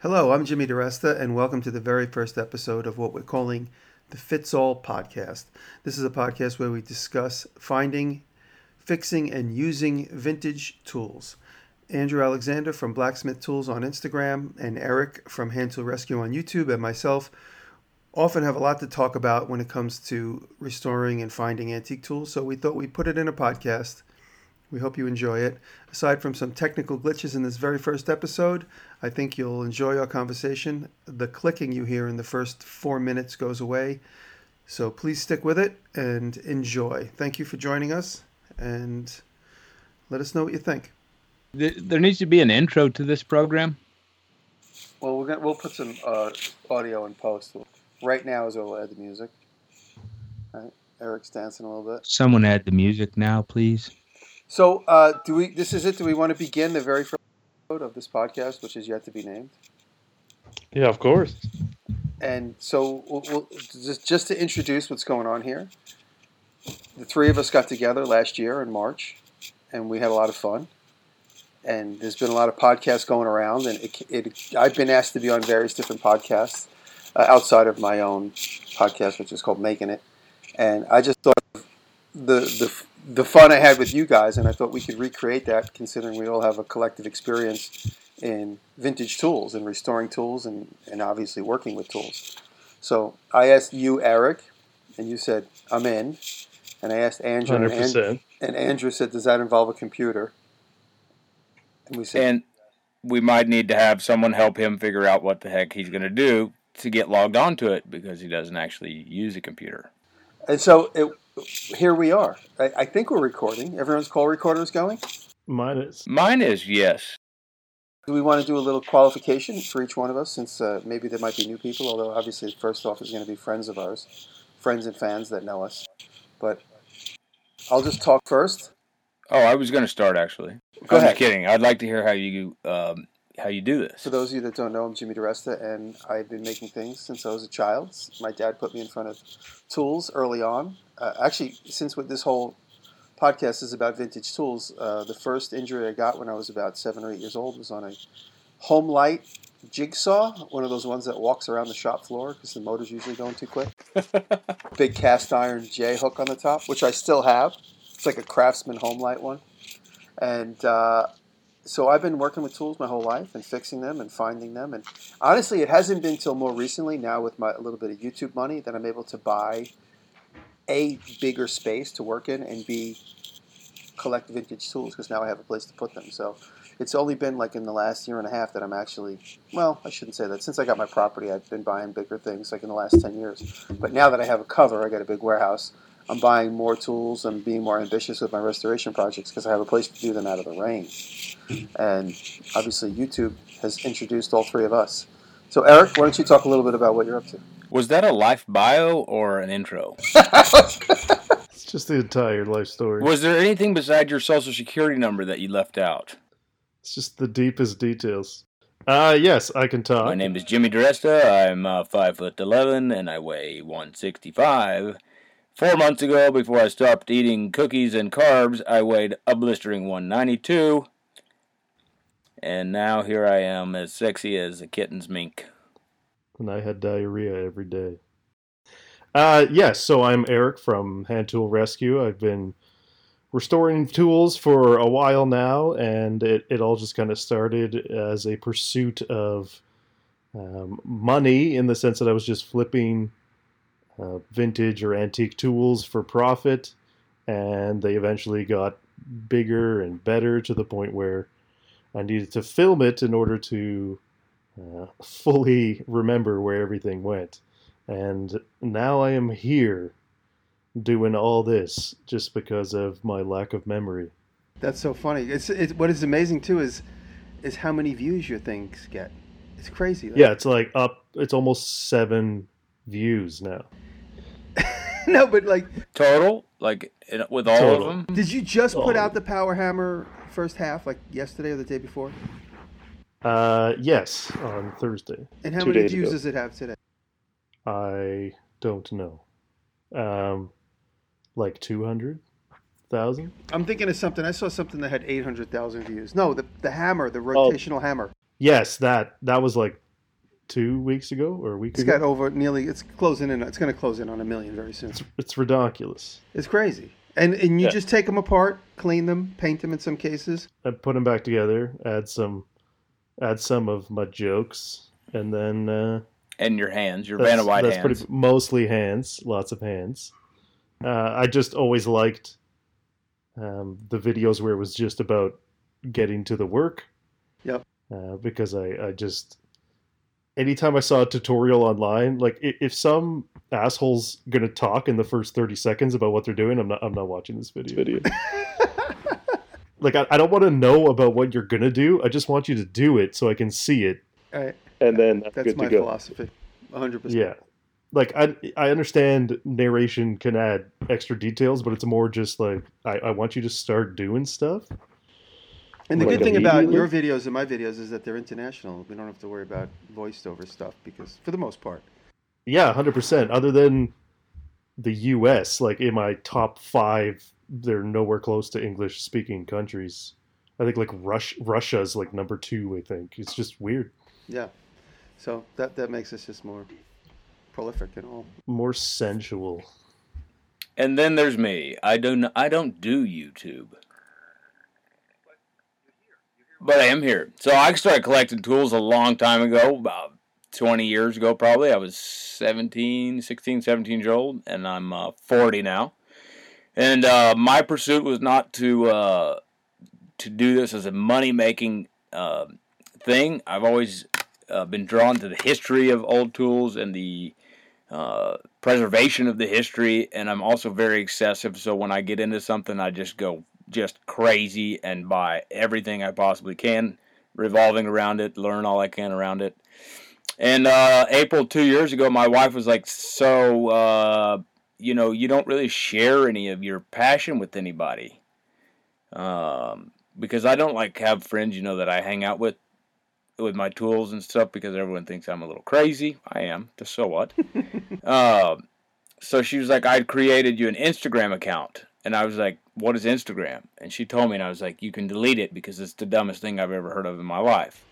Hello, I'm Jimmy DeResta, and welcome to the very first episode of what we're calling the Fits All Podcast. This is a podcast where we discuss finding, fixing, and using vintage tools. Andrew Alexander from Blacksmith Tools on Instagram and Eric from Hand Tool Rescue on YouTube and myself often have a lot to talk about when it comes to restoring and finding antique tools, so we thought we'd put it in a podcast. We hope you enjoy it. Aside from some technical glitches in this very first episode, I think you'll enjoy our conversation. The clicking you hear in the first four minutes goes away, so please stick with it and enjoy. Thank you for joining us, and let us know what you think. Th- There needs to be an intro to this program. Well, we're gonna, we'll put some uh, audio in post. Right now is where we'll add the music. All right, Eric's dancing a little bit. Someone add the music now, please. So, uh, do we? This is it. Do we want to begin the very first episode of this podcast, which is yet to be named? Yeah, of course. And so, we'll, we'll, just just to introduce what's going on here, the three of us got together last year in March, and we had a lot of fun. And there's been a lot of podcasts going around, and it, it, I've been asked to be on various different podcasts uh, outside of my own podcast, which is called Making It. And I just thought of the the the fun I had with you guys, and I thought we could recreate that, considering we all have a collective experience in vintage tools and restoring tools, and and obviously working with tools. So I asked you, Eric, and you said I'm in, and I asked Andrew, and Hundred Andrew percent. and Andrew said, "Does that involve a computer?" And we said, and we might need to have someone help him figure out what the heck he's going to do to get logged onto it because he doesn't actually use a computer. and so it, here we are. I, I think we're recording. Everyone's call recorder is going. Mine is. Mine is yes. Do we want to do a little qualification for each one of us, since uh, maybe there might be new people? Although obviously, first off, is going to be friends of ours, friends and fans that know us. But I'll just talk first. Oh, I was going to start actually. Go I'm ahead. just kidding. I'd like to hear how you um, how you do this. For those of you that don't know, I'm Jimmy DeResta, and I've been making things since I was a child. My dad put me in front of tools early on. Uh, actually, since what this whole podcast is about vintage tools, uh, the first injury I got when I was about seven or eight years old was on a home light jigsaw, one of those ones that walks around the shop floor because the motor's usually going too quick. Big cast iron J hook on the top, which I still have. It's like a Craftsman home light one. And uh, so I've been working with tools my whole life and fixing them and finding them. And honestly, it hasn't been till more recently now with my a little bit of YouTube money that I'm able to buy a bigger space to work in and b collect vintage tools because now I have a place to put them. So it's only been like in the last year and a half that I'm actually well, I shouldn't say that. Since I got my property, I've been buying bigger things like in the last ten years. But now that I have a cover, I got a big warehouse. I'm buying more tools. I'm being more ambitious with my restoration projects because I have a place to do them out of the rain and obviously YouTube has introduced all three of us. So Eric, why don't you talk a little bit about what you're up to? Was that a life bio or an intro? It's just the entire life story. Was there anything besides your social security number that you left out? It's just the deepest details. Uh yes, I can talk. My name is Jimmy Duresta. I'm uh, five foot eleven and I weigh one sixty five. Four months ago, before I stopped eating cookies and carbs, I weighed a blistering one ninety two, and now here I am, as sexy as a kitten's mink. and I had diarrhea every day. Uh yes, so I'm Eric from Hand Tool Rescue. I've been restoring tools for a while now, and it, it all just kind of started as a pursuit of um, money in the sense that I was just flipping uh, vintage or antique tools for profit, and they eventually got bigger and better to the point where I needed to film it in order to uh, fully remember where everything went. And now I am here doing all this just because of my lack of memory. That's so funny. It's it, what is amazing too is is how many views your things get. It's crazy. Yeah, it's like up, it's almost seven views now. no, but like, Total, like in- with all Total. of them. did you just put Oh. out the Power Hammer first half like yesterday or the day before? Uh, yes, on Thursday. And how Two many days views ago. does it have today? I don't know. Um, like 200,000? I'm thinking of something. I saw something that had 800,000 views. No, the the hammer, the Oh. rotational hammer. Yes, that that was like two weeks ago or a week It's ago. got over nearly. It's closing in. It's going to close in on a million very soon. it's, it's ridiculous. It's crazy. And and you Yeah. just take them apart, clean them, paint them in some cases. I put them back together, add some, add some of my jokes, and then uh, And your hands, your that's, Vanna White that's hands. pretty mostly hands, lots of hands. Uh, I just always liked um, the videos where it was just about getting to the work. Yep. Uh, because I, I just anytime I saw a tutorial online, like i- if some asshole's gonna talk in the first thirty seconds about what they're doing, I'm not I'm not watching this video. like I, I don't want to know about what you're gonna do. I just want you to do it so I can see it, All right, and then I'm that's good my to go. philosophy. 100. percent Yeah, like I I understand narration can add extra details, but it's more just like I, I want you to start doing stuff. And the Like good thing about your immediately? videos and my videos is that they're international. We don't have to worry about voiced over stuff because, for the most part, Yeah, hundred percent. Other than the U.S., like in my top five, they're nowhere close to English speaking countries. I think like Rush Russia's like number two. I think it's just weird. yeah. So that that makes us just more prolific and all. More sensual. And then there's me. I don't I don't do YouTube. But I am here. So I started collecting tools a long time ago, about 20 years ago probably. I was 17, 16, 17 years old, and I'm uh, 40 now. And uh, my pursuit was not to uh, to do this as a money making uh, thing. I've always uh, been drawn to the history of old tools and the uh, preservation of the history, and I'm also very excessive. So when I get into something, I just go just crazy and buy everything I possibly can, revolving around it, learn all I can around it. And uh, April two years ago, my wife was like, "So, uh, you know, you don't really share any of your passion with anybody, um, because I don't like have friends, you know, that I hang out with." With my tools and stuff, because everyone thinks I'm a little crazy. I am. So what? Um, so she was like, I created you an Instagram account. And I was like, What is Instagram? And she told me, and I was like, You can delete it because it's the dumbest thing I've ever heard of in my life.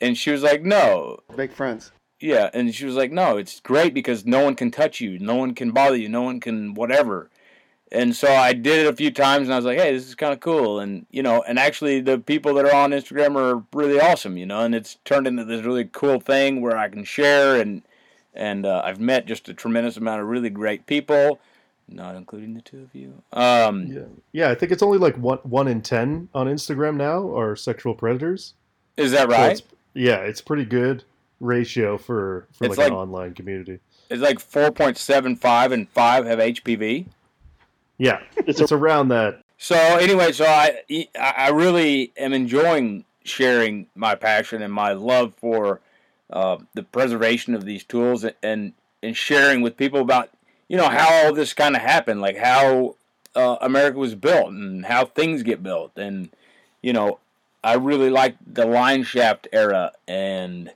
and she was like, No. Make friends. Yeah. And she was like, No, it's great because no one can touch you, no one can bother you, no one can whatever. And so I did it a few times and I was like, Hey, this is kind of cool. And, you know, and actually the people that are on Instagram are really awesome, you know, and it's turned into this really cool thing where I can share and, and uh, I've met just a tremendous amount of really great people, not including the two of you. Um, Yeah, yeah. I think it's only like one one in ten on Instagram now are sexual predators. Is that So right? it's, yeah, it's pretty good ratio for for It's like, like- an online community. it's like four point seven five and five have HPV. Yeah, it's, around that. So anyway, so I e, I I really am enjoying sharing my passion and my love for uh, the preservation of these tools and and sharing with people about you know how all this kind of happened, like how uh, America was built and how things get built, and you know I really like the line shaft era and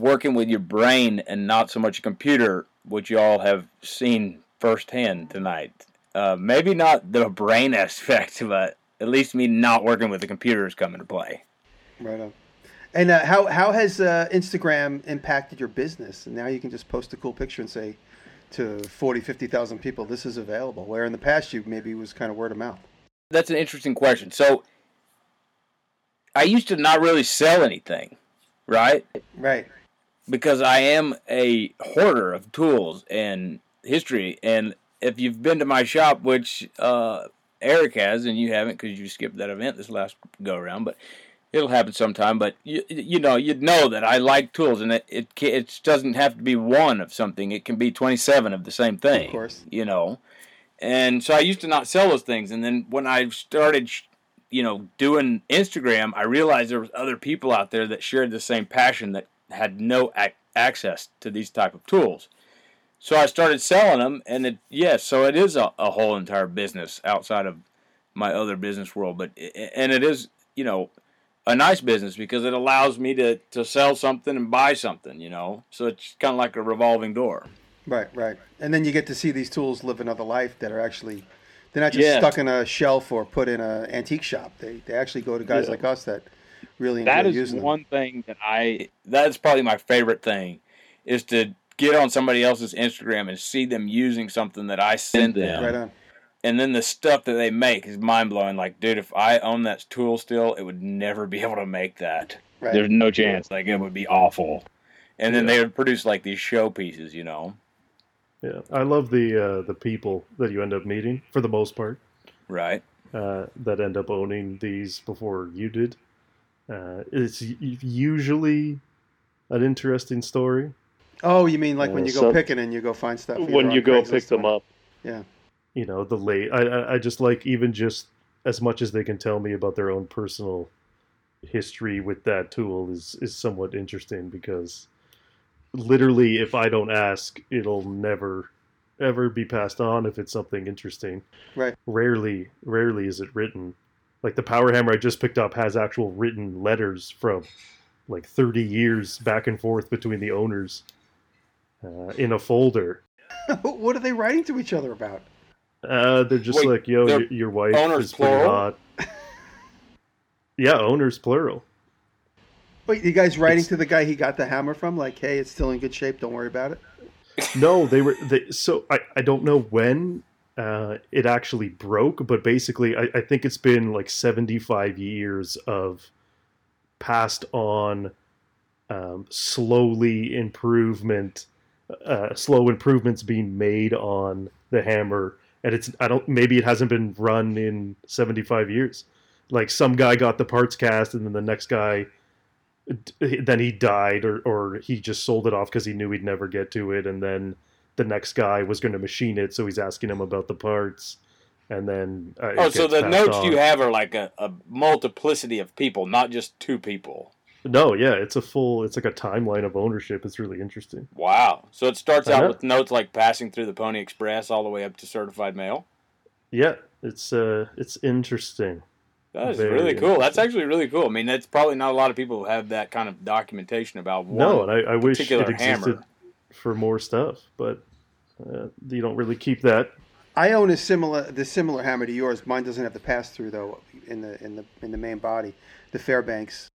working with your brain and not so much a computer, which y'all have seen firsthand tonight. Uh, maybe not the brain aspect, but at least me not working with the computer is coming to play. Right on. And uh, how how has uh, Instagram impacted your business? And now you can just post a cool picture and say to 40, 50,000 people, this is available. Where in the past you maybe was kind of word of mouth. That's an interesting question. So, I used to not really sell anything, right? Right. because I am a hoarder of tools and history. And if you've been to my shop, which uh, Eric has, and you haven't because you skipped that event this last go around, but it'll happen sometime. But you, you know, you'd know that I like tools, and it it, ca- it doesn't have to be one of something. It can be twenty seven of the same thing. Of course. you know. And so I used to not sell those things, and then when I started sh- you know, doing Instagram, I realized there was other people out there that shared the same passion that had no ac- access to these type of tools. So I started selling them, and it yes, so it is a, a whole entire business outside of my other business world, but i- i- and it is you know a nice business because it allows me to to sell something and buy something, you know. So it's kind of like a revolving door. Right, right. And then you get to see these tools live another life that are actually they're not just Yeah. stuck in a shelf or put in an antique shop. They they actually go to guys Yeah. like us that really enjoy That is using them. one thing that I that's probably my favorite thing is to get on somebody else's Instagram and see them using something that I sent them. Right on. And then the stuff that they make is mind blowing. Like, dude, if I own that tool still, it would never be able to make that. Right. There's no chance. Like it would be awful. And then they would produce like these show pieces, you know. Yeah, I love the uh, the people that you end up meeting for the most part Right. uh, that end up owning these before you did. Uh, it's u- usually an interesting story. Oh, you mean like when Yeah, you go so- picking and you go find stuff either when on you go Craigslist pick them or- up. You know, the late. I- I I just like even just as much as they can tell me about their own personal history with that tool is is somewhat interesting because literally if I don't ask, it'll never ever be passed on if it's something interesting. Right. Rarely, rarely is it written. Like the power hammer I just picked up has actual written letters from like 30 years back and forth between the owners uh, in a folder. what are they writing to each other about? Uh, they're just Wait, like, yo, they're your, your wife owners is pretty plural? hot. yeah, owners plural. Wait, you guys writing It's- to the guy he got the hammer from? Like, hey, it's still in good shape. Don't worry about it. No, they were they, so I, I don't know when uh, it actually broke, but basically I, I think it's been like 75 years of passed on um, slowly improvement uh, slow improvements being made on the hammer and it's I don't maybe it hasn't been run in 75 years. Like some guy got the parts cast and then the next guy then he died or, or he just sold it off because he knew he'd never get to it and then the next guy was going to machine it so he's asking him about the parts and then uh, it Oh, so gets the passed notes on. you have are like a, a multiplicity of people, not just two people. no yeah it's a full it's like a timeline of ownership it's really interesting Wow. So it starts out Uh-huh. with notes like passing through the Pony Express all the way up to certified mail. yeah it's uh it's interesting That is Very really cool. That's interesting. actually really cool. I mean, that's probably not a lot of people who have that kind of documentation about one. no and i, I wish it particular existed hammer. for more stuff but uh, you don't really keep that I own a similar the similar hammer to yours. Mine doesn't have the pass through though in the in the in the main body. The Fairbanks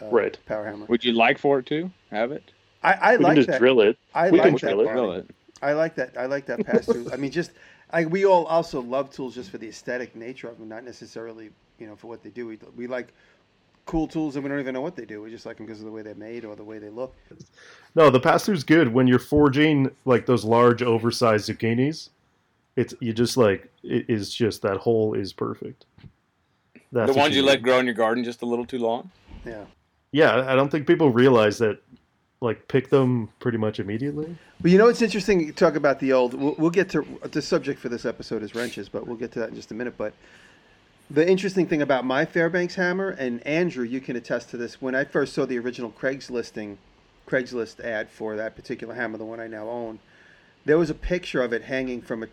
uh, Right. power hammer. Would you like for it to have it? I, I we can like just that. drill it. I we can like that drill it. body. I like that. I like that pass through. I mean, just I, we all also love tools just for the aesthetic nature of them, not necessarily you know for what they do. We, we like cool tools and we don't even know what they do. We just like them because of the way they're made or the way they look. No, the pass through's good when you're forging like those large, oversized zucchinis. It's you just like it is just that hole is perfect. That's the what ones you need. let grow in your garden just a little too long. Yeah. Yeah, I don't think people realize that. Like pick them pretty much immediately. But you know, it's interesting you talk about the old. We'll, we'll get to the subject for this episode is wrenches, but we'll get to that in just a minute. But the interesting thing about my Fairbanks hammer, and Andrew, you can attest to this. When I first saw the original Craigslisting, Craigslist ad for that particular hammer, the one I now own, there was a picture of it hanging from a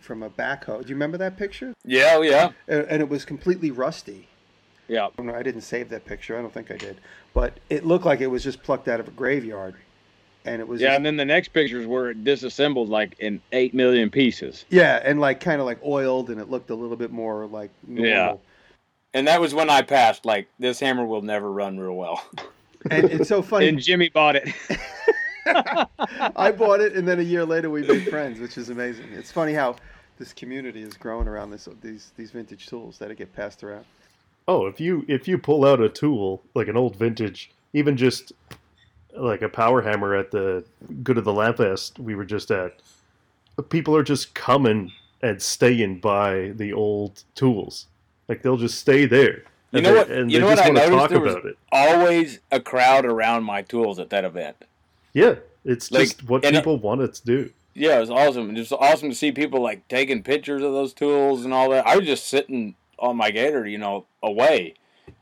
from a backhoe. Do you remember that picture? Yeah, oh, yeah, And, and it was completely rusty. Oh, yeah. I don't know, I didn't save that picture. I don't think I did. But it looked like it was just plucked out of a graveyard, and it was Yeah, just- and then the next pictures were disassembled like in eight million pieces. Yeah, and like kind of like oiled, and it looked a little bit more like normal. Yeah. And that was when I passed. Like this hammer will never run real well. And it's so funny. And Jimmy bought it. I bought it, and then a year later we made friends, which is amazing. It's funny how this community is growing around this these these vintage tools that get passed around. Oh, if you if you pull out a tool like an old vintage, even just like a power hammer at the good of the lamp fest we were just at, people are just coming and staying by the old tools. Like they'll just stay there. You And know they- what- And you know they what just I want to noticed? talk There was- about it. Always a crowd around my tools at that event. Yeah, it's Like, just what and- uh, people want it to do. Yeah, it was awesome. It was awesome to see people like taking pictures of those tools and all that. I was just sitting on my gator, you know, away,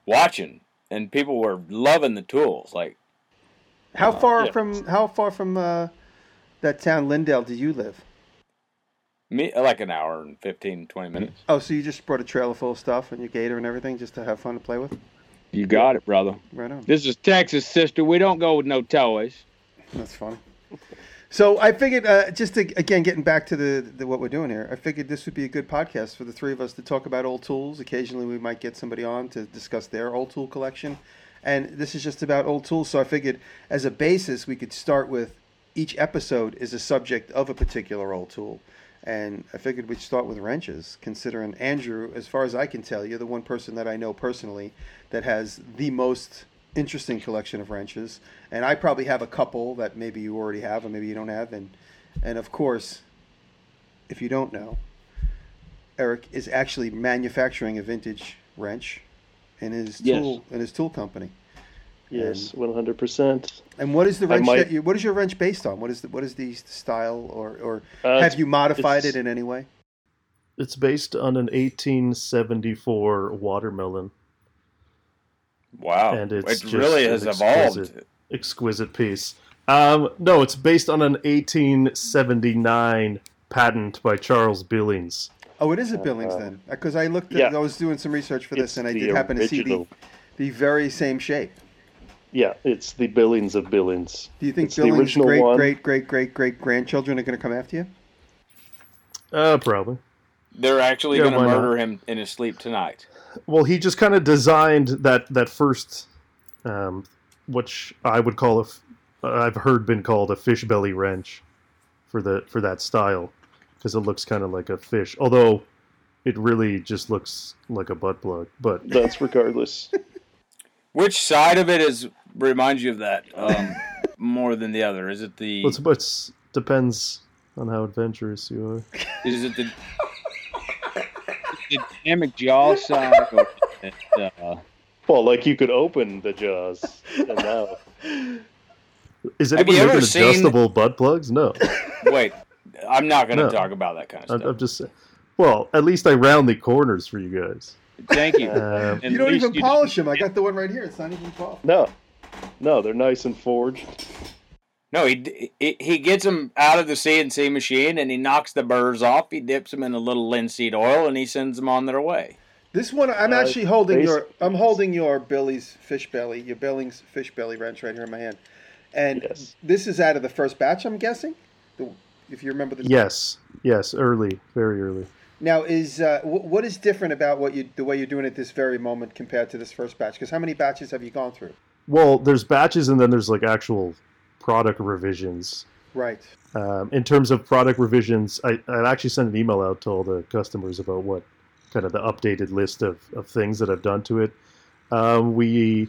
watching, and people were loving the tools. Like How far yeah. from how far from uh, that town Lindale do you live? me, like an hour and 15, 20 minutes. Oh, so you just brought a trailer full of stuff and your gator and everything just to have fun to play with? You got it, brother. Right on. This is Texas, sister. We don't go with no toys. That's funny. So I figured, uh, just to, again getting back to the, the what we're doing here, I figured this would be a good podcast for the three of us to talk about old tools. Occasionally, we might get somebody on to discuss their old tool collection, And this is just about old tools. So I figured as a basis, we could start with each episode is a subject of a particular old tool. And I figured we'd start with wrenches, considering Andrew, as far as I can tell, you're the one person that I know personally that has the most interesting collection of wrenches. And I probably have a couple that maybe you already have and maybe you don't have. And, and of course, if you don't know, Eric is actually manufacturing a vintage wrench in his Yes. tool in his tool company. Yes, one hundred percent. And what is the I wrench might- that you, what is your wrench based on? What is the what is the style or or Uh, have you modified it's- it in any way? It's based on an 1874 watermelon. Wow. And it's it just really an has exquisite- Exquisite piece. Um, no, it's based on an 1879 patent by Charles Billings. Oh, it is at Billings then, because I looked. At, Uh, yeah. I was doing some research for this, It's and I the did happen to see the, original. the very same shape. Yeah, it's the Billings of Billings. Do you think It's the Billings' original great, one. great, great, great, great grandchildren are going to come after you? Uh, probably. They're actually Yeah, going to why not? murder him in his sleep tonight. Well, he just kind of designed that that first, um, which I would call a, f- I've heard been called a fish belly wrench, for the for that style, because it looks kind of like a fish. Although, it really just looks like a butt plug. But That's regardless. Which side of it is reminds you of that um, more than the other? Is it the it's, it's depends on how adventurous you are. is it the The dynamic jaw side. Or, uh, well, like you could open the jaws, and now Is Have anyone you ever making seen- adjustable butt plugs? No, wait? I'm not going to No. Uh, talk about that kind of I'm, stuff. I'm just. saying- Well, at least I round the corners for you guys. thank you. Um, At you don't least even you polish them. I got the one right here. It's not even polished. no, no, they're nice and forged. No, he, he he gets him out of the CNC machine and he knocks the burrs off. He dips them in a little linseed oil and he sends them on their way. This one, I'm Uh, actually holding base- your. I'm holding your Billy's fish belly, your Billings fish belly wrench right here in my hand, and Yes. this is out of the first batch. I'm guessing, the, if you remember the. yes, yes, early, very early. Now is uh, wh- what is different about what you the way you're doing it this very moment compared to this first batch? Because how many batches have you gone through? Well, there's batches and then there's like actual product revisions. Right. Um, in terms of product revisions, I, I actually sent an email out to all the customers about what kind of the updated list of, of things that I've done to it. Um, we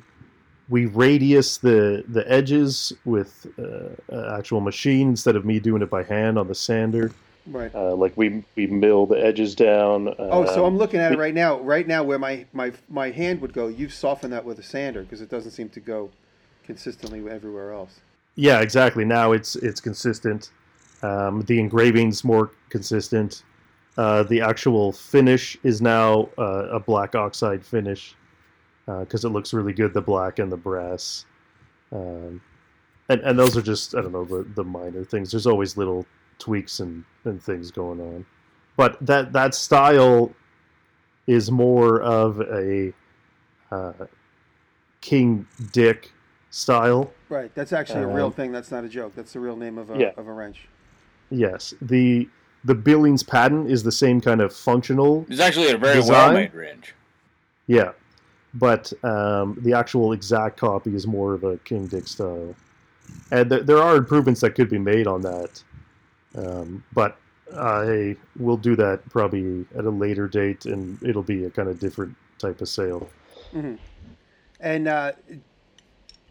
we radius the the edges with uh, uh, actual machine instead of me doing it by hand on the sander. Right. Uh, like we we mill the edges down. Uh, Oh, um, so I'm looking at it right now. Right now, where my my my hand would go, you've softened that with a sander because it doesn't seem to go consistently everywhere else. Yeah, exactly. Now it's it's consistent. Um, the engraving's more consistent. Uh, the actual finish is now uh, a black oxide finish because it looks really good. The black and the brass, um, and and those are just I don't know the, the minor things. There's always little tweaks and, and things going on, but that that style is more of a uh, King Dick style. Right. That's actually a real Um, thing. That's not a joke. That's the real name of a Yeah. of a wrench. Yes, the the Billings patent is the same kind of functional, It's actually a very Design? well made wrench. yeah, but um, the actual exact copy is more of a King Dick style, and th- there are improvements that could be made on that, um, but I will do that probably at a later date, and it'll be a kind of different type of sale. And uh,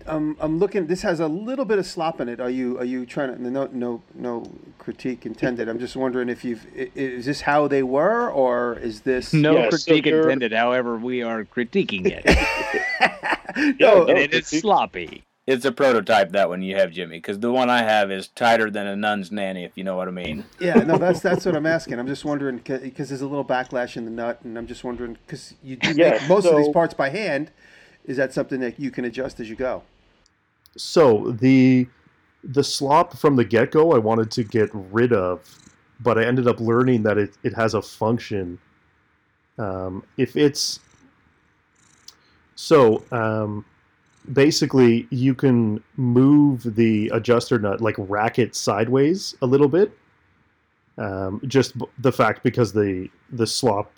I'm I'm looking. This has a little bit of slop in it. Are you are you trying to? No no no critique intended. I'm just wondering if you've i- is this how they were or is this No Yeah, so critique you're- intended. However, we are critiquing it, no. Yeah, and it is critique. sloppy. It's a prototype that one you have, Jimmy, because the one I have is tighter than a nun's nanny, if you know what I mean. Yeah, no, that's that's what I'm asking. I'm just wondering because there's a little backlash in the nut, and I'm just wondering because you do Yeah, make most of these so- parts by hand. Is that something that you can adjust as you go? So the the slop from the get go, I wanted to get rid of, but I ended up learning that it, it has a function. Um, if it's so, um, basically, you can move the adjuster nut like rack it sideways a little bit. Um, just b- the fact because the the slop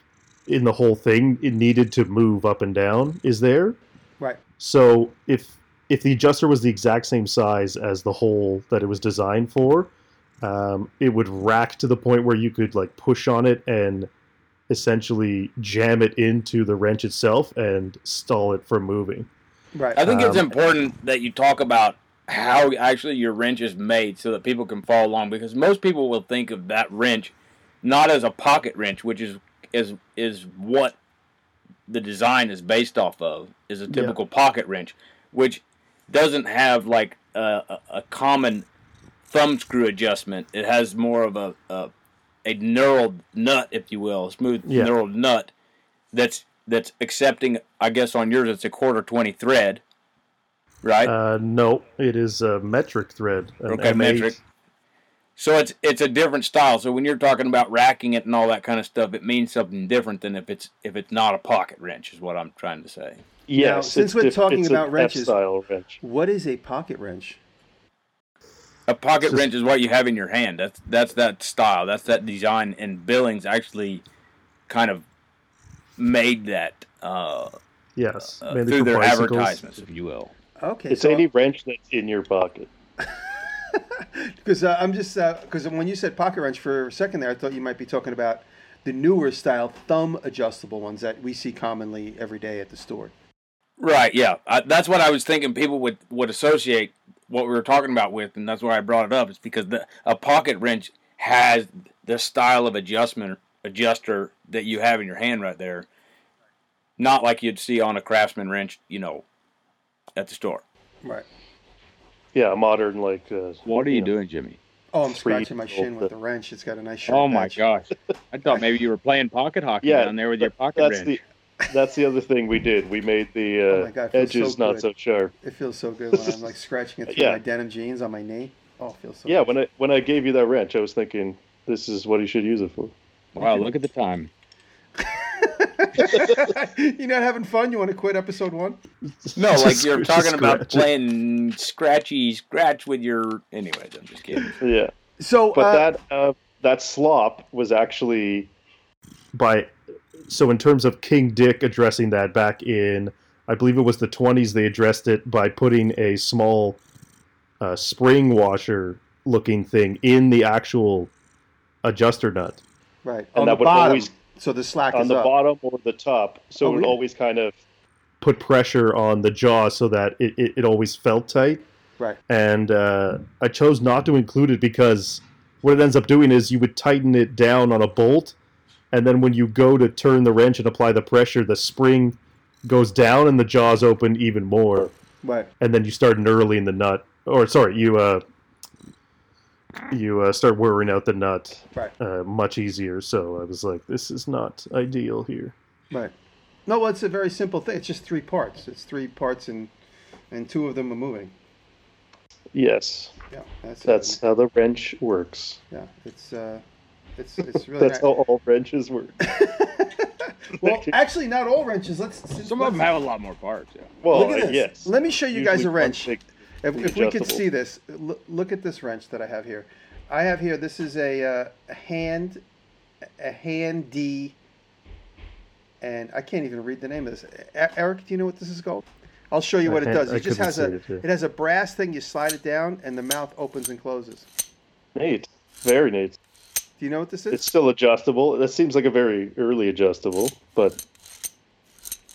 in the whole thing it needed to move up and down is there Right. So if if the adjuster was the exact same size as the hole that it was designed for, um, it would rack to the point where you could like push on it and essentially jam it into the wrench itself and stall it from moving. Right. I think it's Um, important that you talk about how actually your wrench is made so that people can follow along because most people will think of that wrench not as a pocket wrench, which is is is what the design is based off of, is a Yeah. typical pocket wrench, which doesn't have like a, a, a common thumb screw adjustment. It has more of a a, a knurled nut, if you will, a smooth Yeah. knurled nut that's that's accepting. I guess on yours it's a quarter twenty thread, right? Uh, no, it is a metric thread. an Okay, M8. metric. So it's it's a different style. So when you're talking about racking it and all that kind of stuff, it means something different than if it's if it's not a pocket wrench, is what I'm trying to Now, say. Yes, since it's we're diff- talking it's about an wrenches- F-style wrench. What is a pocket wrench? A pocket Just- wrench is what you have in your hand. That's that's that style. That's that design. And Billings actually kind of made that uh, Yes, uh, mainly through for their bicycles. advertisements, if you will. Okay. It's so- any wrench that's in your pocket. Because uh, I'm just because when you said pocket wrench for a second there, I thought you might be talking about the newer style thumb adjustable ones that we see commonly every day at the store. Right. Yeah. I, that's what I was thinking. People would would associate what we were talking about with, and that's why I brought it up. Is because the, a pocket wrench has the style of adjustment adjuster that you have in your hand right there, not like you'd see on a Craftsman wrench, you know, at the store. Right. Yeah, a modern like. Uh, What are you know, doing, Jimmy? Oh, I'm Three scratching my shin little with bit. the wrench. It's got a nice. sharp Oh my edge. gosh! I thought maybe you were playing pocket hockey Yeah, down there with your but pocket That's wrench. the that's the other thing we did. We made the uh, Oh my God, it feels edges so not good. so sharp. It feels so good when I'm like scratching it through Yeah. my denim jeans on my knee. Oh, it feels so. Yeah, when I when I gave you that wrench, I was thinking this is what you should use it for. Wow! Look at the time. Good. You're not having fun. You want to quit episode one? No, like Just- you're just talking about scratch it. playing scratchy scratch with your. Anyways, I'm just kidding. Yeah, So, but uh, that uh, that slop was actually by so in terms of King Dick addressing that back in I believe it was the 20s they addressed it by putting a small uh, spring washer looking thing in the actual adjuster nut. right and on that the would bottom, always so the slack on is the up. bottom or the top, so Oh, it would really? always kind of Put pressure on the jaw so that it, it, it always felt tight. Right. And uh, I chose not to include it because what it ends up doing is you would tighten it down on a bolt, and then when you go to turn the wrench and apply the pressure, the spring goes down and the jaws open even more. Right. and then you start knurling the nut, or sorry, you uh, you uh, start whirring out the nut Right. uh, much easier. So I was like, this is not ideal here. Right. No, well, it's a very simple thing. It's just three parts. It's three parts, and and two of them are moving. yes. Yeah, that's it. That's how the wrench works. yeah. It's uh, it's it's really That's how nice. all wrenches work. well, actually, not all wrenches. Let's since- Some of them let's- have a lot more parts. Yeah. Well, Look at this. yes. Let me show you guys Usually a one wrench. big- If, if we could adjustable. see this, l- look at this wrench that I have here. I have here. This is a, uh, a hand, a hand D, and I can't even read the name of this. E- Eric, do you know what this is called? I'll show you I what it can't- does. I It just couldn't has see a. it, yeah. It has a brass thing. You slide it down, and the mouth opens and closes. Neat. Very neat. Do you know what this is? It's still adjustable. That seems like a very early adjustable, but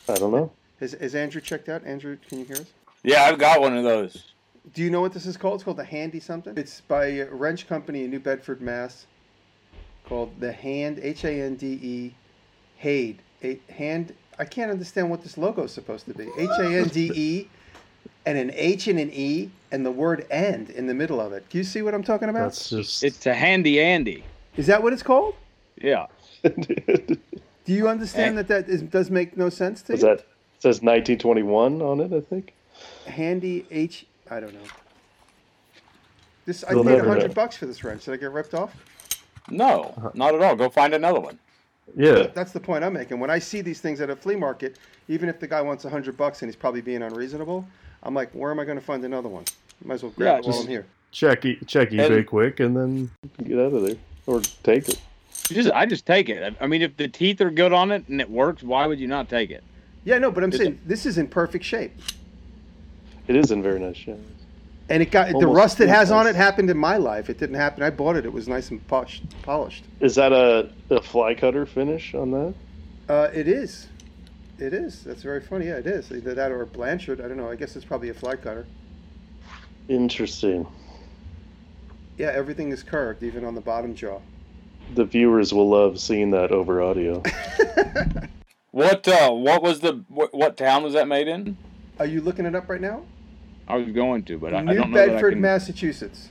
I don't know. Is, is Andrew checked out? Andrew, can you hear us? Yeah, I've got one of those. Do you know what this is called? It's called the Handy something. It's by a wrench company in New Bedford, Mass. Called the Hand H A N D E Hade. A, hand. I can't understand what this logo is supposed to be. H A N D E and an H and an E and the word end in the middle of it. Do you see what I'm talking about? That's just It's a handy Andy. Is that what it's called? Yeah. Do you understand that that is, does make no sense to Was you? that it says 1921 on it? I think. Handy H. I don't know. This I You'll paid never know. hundred bucks for this wrench. Did I get ripped off? No, not at all. Go find another one. yeah. That's the point I'm making. When I see these things at a flea market, even if the guy wants hundred bucks and he's probably being unreasonable, I'm like, where am I going to find another one? Might as well grab Yeah, it while just- I'm here. Check e- check eBay And- quick, and then Get out of there or take it. You Just I just take it. I mean, if the teeth are good on it and it works, why would you not take it? Yeah, no, but I'm It's- saying this is in perfect shape, It is in very nice shape. and it got the Almost rust it has on it nice. happened in my life. It didn't happen. I bought it. It was nice and polished. Polished. Is that a, a fly cutter finish on that? Uh, it is. It is. That's very funny. Yeah, it is. Either that or Blanchard. I don't know. I guess it's probably a fly cutter. Interesting. Yeah, everything is curved, even on the bottom jaw. The viewers will love seeing that over audio. What uh, what was the what, what town was that made in? Are you looking it up right now? I was going to, but I, I New don't know that I Bedford, can. Massachusetts.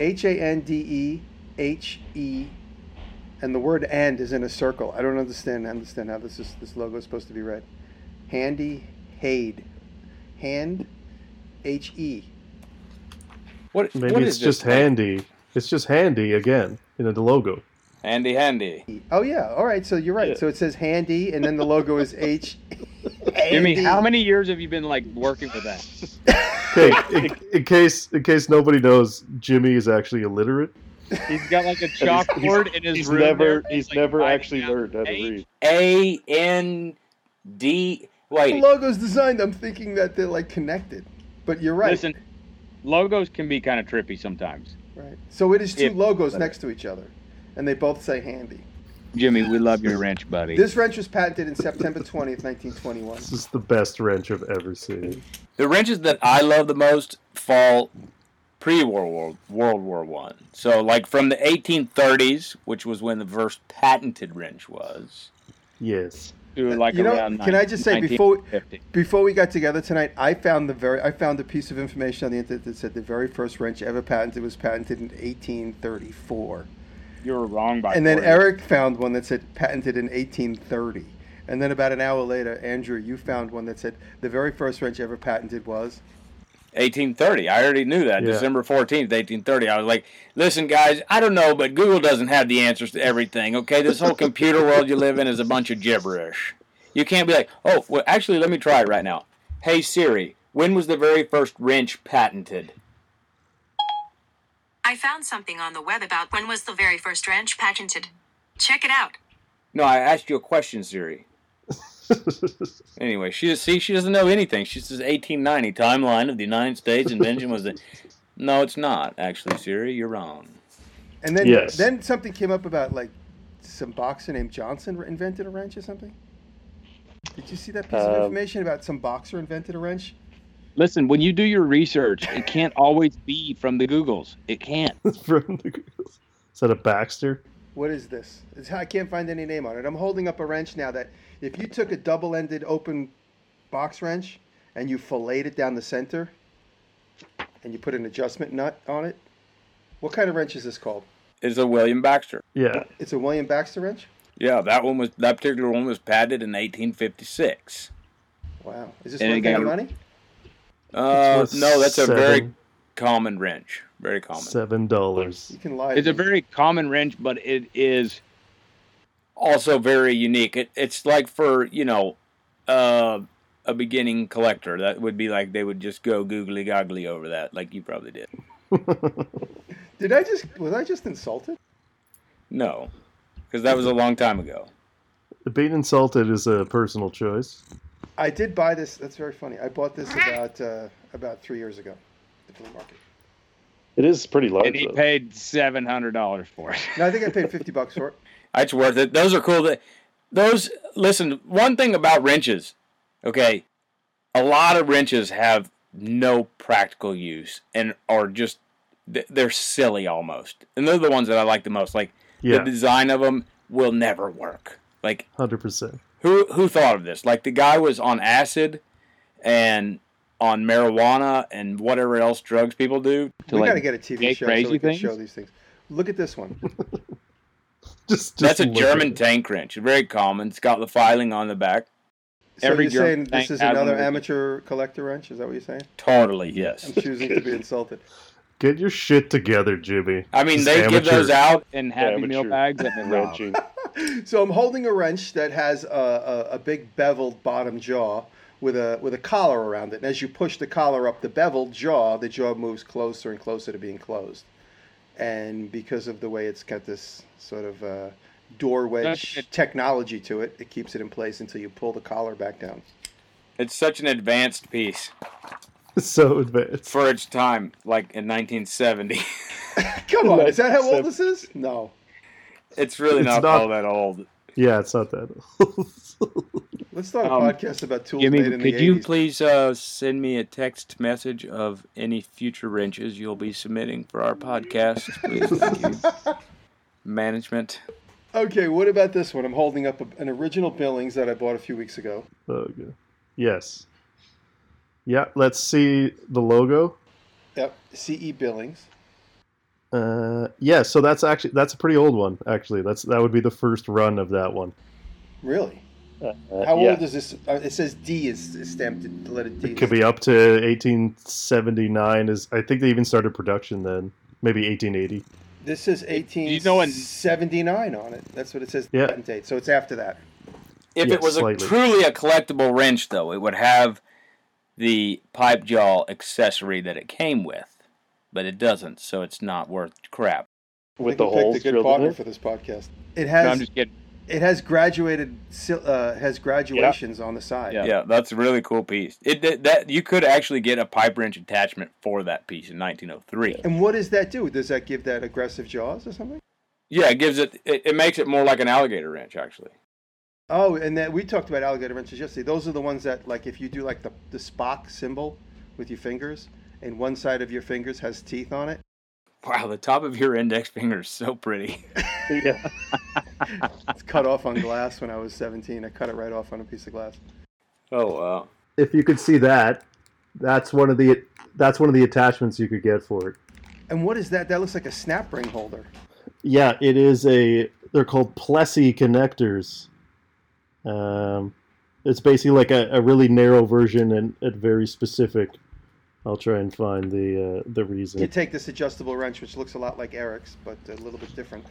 H A N D E H E, and the word "and" is in a circle. I don't understand understand how this is this logo is supposed to be read. Handy Hade, hand H E. What Maybe what it's is this just thing? handy. It's just handy again. You know the logo. Handy handy. Oh yeah, all right. So you're right. Yeah. So it says handy, and then the logo is H. Jimmy, Handy. how many years have you been like working with that? Okay, in, in case in case nobody knows, Jimmy is actually illiterate. He's got like a he's- chalkboard in his he's room. never there. he's like, never writing actually down learned how to age. read. A N D. The Wait. logo's designed. I'm thinking that they're like connected, but you're right. Listen, logos can be kind of trippy sometimes. Right. So it is two If- logos next to each other, and they both say handy. Jimmy, we love your ranch, buddy. This wrench was patented in September 20th, 1921. This is the best wrench I've ever seen. The wrenches that I love the most fall pre World War World War One. So like from the 1830s, which was when the first patented wrench was. Yes. To, like, You know, around can I just say before- 1950. Before we got together tonight, I found the very I found a piece of information on the internet that said the very first wrench ever patented was patented in 1834, you were wrong by and then 40. Eric found one that said patented in 1830, and then about an hour later, Andrew, you found one that said the very first wrench ever patented was 1830. I already knew that. Yeah. December 14th, 1830. I was like, listen, guys, I don't know, but Google doesn't have the answers to everything, okay? This whole computer world you live in is a bunch of gibberish. You can't be like, oh, well, actually, let me try it right now. Hey, Siri, when was the very first wrench patented? I found something on the web about when was the very first ranch patented. Check it out. No, I asked you a question, Siri. Anyway, she just see she doesn't know anything. She says 1890 timeline of the United States invention was the. No, it's not actually, Siri. You're wrong. And then Yes. then something came up about like some boxer named Johnson re- invented a wrench or something. Did you see that piece of Um, information about some boxer invented a wrench? Listen, when you do your research, it can't always be from the Googles. It can't. From the Is that a Baxter? What is this? It's, I can't find any name on it. I'm holding up a wrench now that if you took a double-ended open box wrench and you filleted it down the center and you put an adjustment nut on it, what kind of wrench is this called? It's a William Baxter. Yeah. It's a William Baxter wrench. Yeah, that one was that particular one was patented in 1856. Wow, is this And it worth any got- money? Uh, It's worth no, that's a seven- very common wrench. Very common. seven dollars. You can lie. to It's a me. very common wrench, but it is Also very unique. It, it's like for you know, uh, a beginning collector. That would be like they would just go googly goggly over that, like you probably did. Did I just was I just insulted? No, because that was a long time ago. Being insulted is a personal choice. I did buy this. That's very funny. I bought this about uh, about three years ago, the flea market. It is pretty large. and he though. paid seven hundred dollars for it. No, I think I paid fifty bucks for it. It's worth it. Those are cool. Th- Those listen. One thing about wrenches, okay, a lot of wrenches have no practical use and are just th- they're silly almost. And they're the ones that I like the most. Like the Yeah, design of them will never work. Like hundred percent. who who thought of this? Like the guy was on acid and on marijuana and whatever else drugs people do. To, we like, got to get a TV make show crazy so we can things? show these things. Look at this one. Just, just That's a look at German it. tank wrench. Very common. It's got the filing on the back. So Every you're German saying this bank is has another one of these. amateur collector wrench? Is that what you're saying? Totally, yes. I'm choosing to be insulted. Get your shit together, Jimmy. I mean, Just they give amateur. those out. And Happy but Meal you're bags at McDonald's. Wrenching. So I'm holding a wrench that has a, a, a big beveled bottom jaw with a with a collar around it. And as you push the collar up the beveled jaw, the jaw moves closer and closer to being closed. And because of the way it's got this sort of uh, door wedge That's good. technology to it. It keeps it in place until you pull the collar back down. It's such an advanced piece so advanced. for its time, like in 1970. Come on, is that how old this is? No. It's really It's not, not- all that old. Yeah, it's not that. old. Let's not a Um, podcast about tools Jimmy, made in could the you 80s. please uh, send me a text message of any future wrenches you'll be submitting for our podcast, please? Thank you. Management. okay, what about this one? I'm holding up a, an original Billings that I bought a few weeks ago. oh, good. Yes. Yeah. Let's see the logo. Yep, CE Billings. Uh, yeah. So that's actually that's a pretty old one. Actually, that's that would be the first run of that one. Really? Uh, How yeah. old is this? Uh, it says D is is stamped in the letter D. It could be up to 1879. Is I think they even started production then. Maybe 1880. This is you know when- 1879 on it. That's what it says. Yeah. Patent date. So it's after that. If Yeah, it was a, slightly. truly a collectible wrench, though, it would have the pipe jaw accessory that it came with, but it doesn't, so it's not worth crap. with I the think we picked holes a good drilled in partner it. for this podcast. It No, has I'm just kidding. it has graduated sil- uh, has graduations on the side. Yeah. Yeah, that's a really cool piece. It that- that you could actually get a pipe wrench attachment for that piece in 1903. And what does that do? Does that give that aggressive jaws or something? Yeah, it gives it, it it makes it more like an alligator wrench actually. Oh, and then we talked about alligator wrenches yesterday. Those are the ones that like if you do like the the Spock symbol with your fingers, and one side of your fingers has teeth on it. Wow, the top of your index finger is so pretty. Yeah. It's cut off on glass when I was 17. I cut it right off on a piece of glass. Oh wow. If you could see that, that's one of the that's one of the attachments you could get for it. And what is that? That looks like a snap ring holder. Yeah, it is a. They're called Plessy connectors. Um, it's basically like a, a really narrow version and, and very specific. I'll try and find the uh, the You reason. take this adjustable wrench, which looks a lot like Eric's, but a little bit different.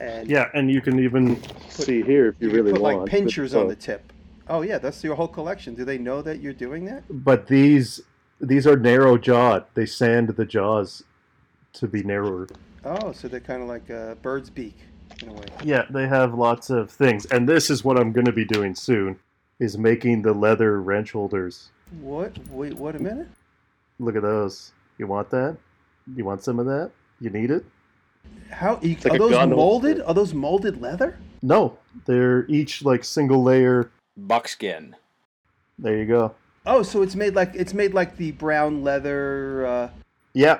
And Yeah, and you can even See here if you, you can really put want. like but, pinchers uh, on the tip. Oh yeah, that's your whole collection. Do they know that you're doing that? but these these are narrow jawed. They sand the jaws to be narrower. Oh, so they're kind of like a bird's beak in a way. Yeah, they have lots of things, and this is what I'm going to be doing soon: is making the leather wrench holders. What? Wait, what a minute. Look at those. You want that? You want some of that? You need it? How you, like are a those gun holster. molded? Are those molded leather? No, they're each like single layer. Buckskin. There you go. Oh, so it's made like it's made like the brown leather. Uh, Yeah,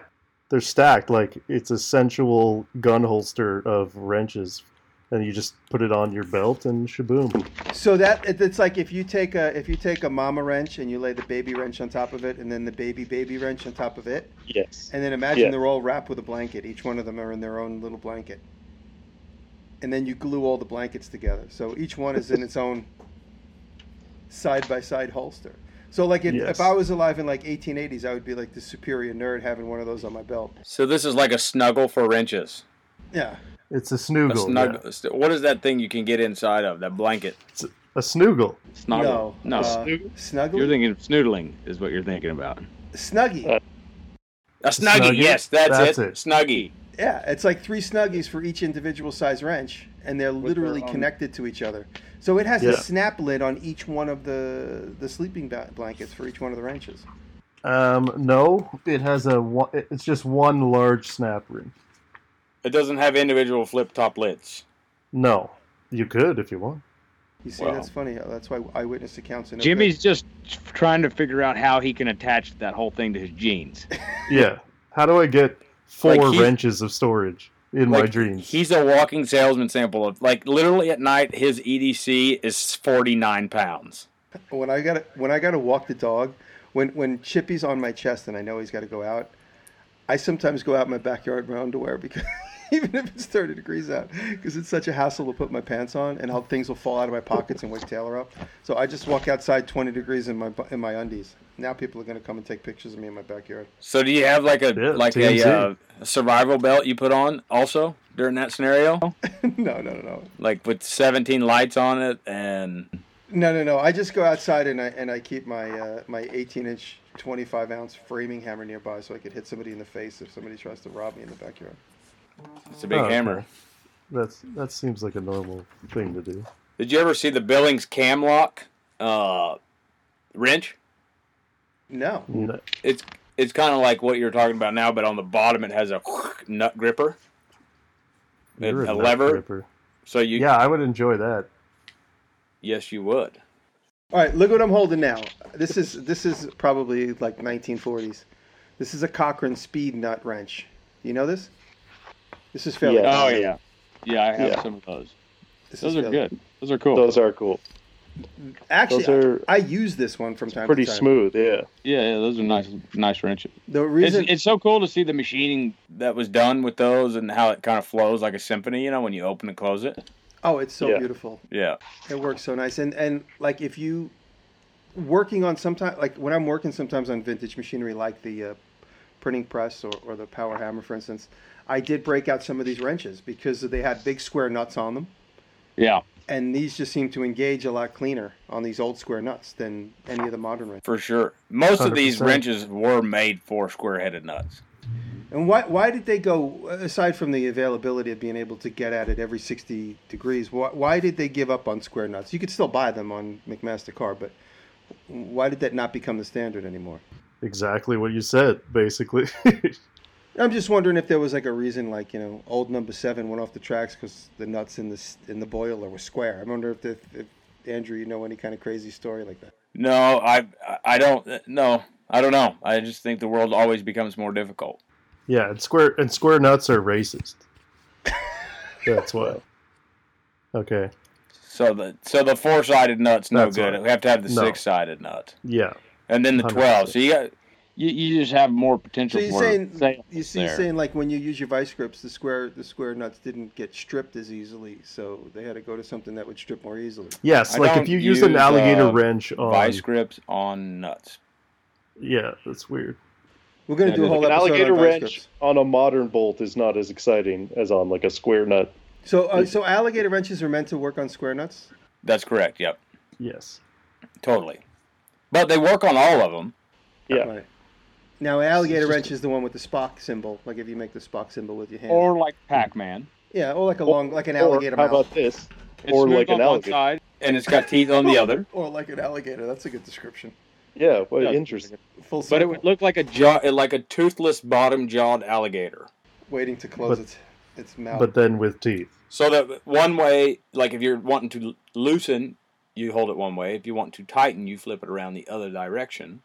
they're stacked like it's a sensual gun holster of wrenches, and you just put it on your belt and shaboom. so that it- it's like if you take a if you take a mama wrench and you lay the baby wrench on top of it, and then the baby baby wrench on top of it, Yes. and then imagine Yeah. they're all wrapped with a blanket. Each one of them are in their own little blanket, and then you glue all the blankets together. So each one is in its own side by side holster. So like if, Yes. if I was alive in like 1880s, I would be like the superior nerd having one of those on my belt. So this is like a snuggle for wrenches. Yeah. It's a A snuggle. snuggle. yeah. What is that thing you can get inside of? That blanket. A snuggle. Snuggle. No. Uh, You're Snuggly? thinking of snoodling is what you're thinking about. Snuggy. Uh, a snuggie. Snuggie? Yes, that's, That's it. it. Snuggie. yeah, it's like three snuggies for each individual size wrench, and they're literally their own- connected to each other. So it has a Yeah. snap lid on each one of the the sleeping ba- blankets for each one of the wrenches. Um, no, it has a. one- It's just one large snap ring. It doesn't have individual flip top lids. No, you could if you want. You see, Wow. that's funny. That's why eyewitness accounts. Are no Jimmy's just trying to figure out how he can attach that whole thing to his jeans. Yeah. How do I get four Like he- wrenches of storage in my Like, dreams? He's a walking salesman sample of like literally at night his EDC is forty nine pounds. good. when I got to when I got to walk the dog, when when Chippy's on my chest and I know he's got to go out, I sometimes go out in my backyard in my underwear because. Even if it's 30 degrees out, because it's such a hassle to put my pants on, and how things will fall out of my pockets and wake Taylor up. So I just walk outside 20 degrees in my bu- in my undies. Now people are going to come and take pictures of me in my backyard. So do you have like a Yeah, like a, TMZ. uh, a survival belt you put on also during that scenario? no, no, no, no, Like with seventeen lights on it and no, no, no. I just go outside and I and I keep my uh, my 18 inch 25 ounce framing hammer nearby so I could hit somebody in the face if somebody tries to rob me in the backyard. it's a big Oh, okay. hammer. That's that seems like a normal thing to do. Did you ever see the Billings Camlock uh, wrench? No. No, It's it's kind of like what you're talking about now, but on the bottom it has a nut gripper, A- you're a nut lever? gripper. so you Yeah, I would enjoy that. yes you would. All right, look what I'm holding now. This is this is probably like 1940s. This is a Cochrane speed nut wrench. Do you know this? This is fairly. Yeah. Oh common. yeah, yeah. I have Yeah. some of those. This Those is are fairly- good. Those are cool. Those are cool. Actually, Those are I, I use this one from time pretty to time. smooth. Yeah. yeah, yeah. Those are nice, nice wrenches. The It's, reason it's so cool to see the machining. That was done with those and how it kind of flows like a symphony, you know, when you open and close it. oh, it's so Yeah. beautiful. Yeah. It works so nice, and and like if you working on sometimes like when I'm working sometimes on vintage machinery like the uh, printing press or, or the power hammer, for instance, I did break out some of these wrenches because they had big square nuts on them. Yeah, and these just seem to engage a lot cleaner on these old square nuts than any of the modern wrenches. For sure. Most of these 100%. wrenches were made for square headed nuts. And why why did they go aside from the availability of being able to get at it every sixty degrees? Why, why did they give up on square nuts? You could still buy them on McMaster Car, but why did that not become the standard anymore? Exactly what you said, basically. I'm just wondering if there was like a reason, like you know, old number seven went off the tracks because the nuts in the s- in the boiler were square. I wonder if, the, if Andrew, you know, any kind of crazy story like that. No, I I don't no, I don't know. I just think the world always becomes more difficult. yeah, and square and square nuts are racist. That's why. Okay. So the so the four sided nut's no That's good. right. We have to have the No. six sided nut. Yeah. And then the 100%. twelve. So you got you, you just have more potential. So you're for saying sales you see there. you're saying like when you use your vice grips, the square the square nuts didn't get stripped as easily, so they had to go to something that would strip more easily. Yes, I like don't if you use an use, alligator uh, wrench on vice grips on nuts. Yeah, that's weird. We're gonna Yeah, do a like whole An episode alligator on vice wrench grips. on a modern bolt is not as exciting as on like a square nut. So uh, so alligator wrenches are meant to work on square nuts. That's correct. Yep, Yes. totally. But they work on all of them. Yeah. Right. Now an alligator wrench is the one with the Spock symbol, like if you make the Spock symbol with your hand. or like Pac-Man. yeah, or like a long like an Or alligator how mouth. about this? It's or smooth like on an one alligator. side. And it's got teeth on the other. or like an alligator, that's a good description. Yeah, well, Yeah. interesting. Full But it circle, would look like a jaw, like a toothless bottom jawed alligator. waiting to close But- its its mouth. But then with teeth. So that one way, like if you're wanting to l- loosen, you hold it one way. If you want to tighten, you flip it around the other direction,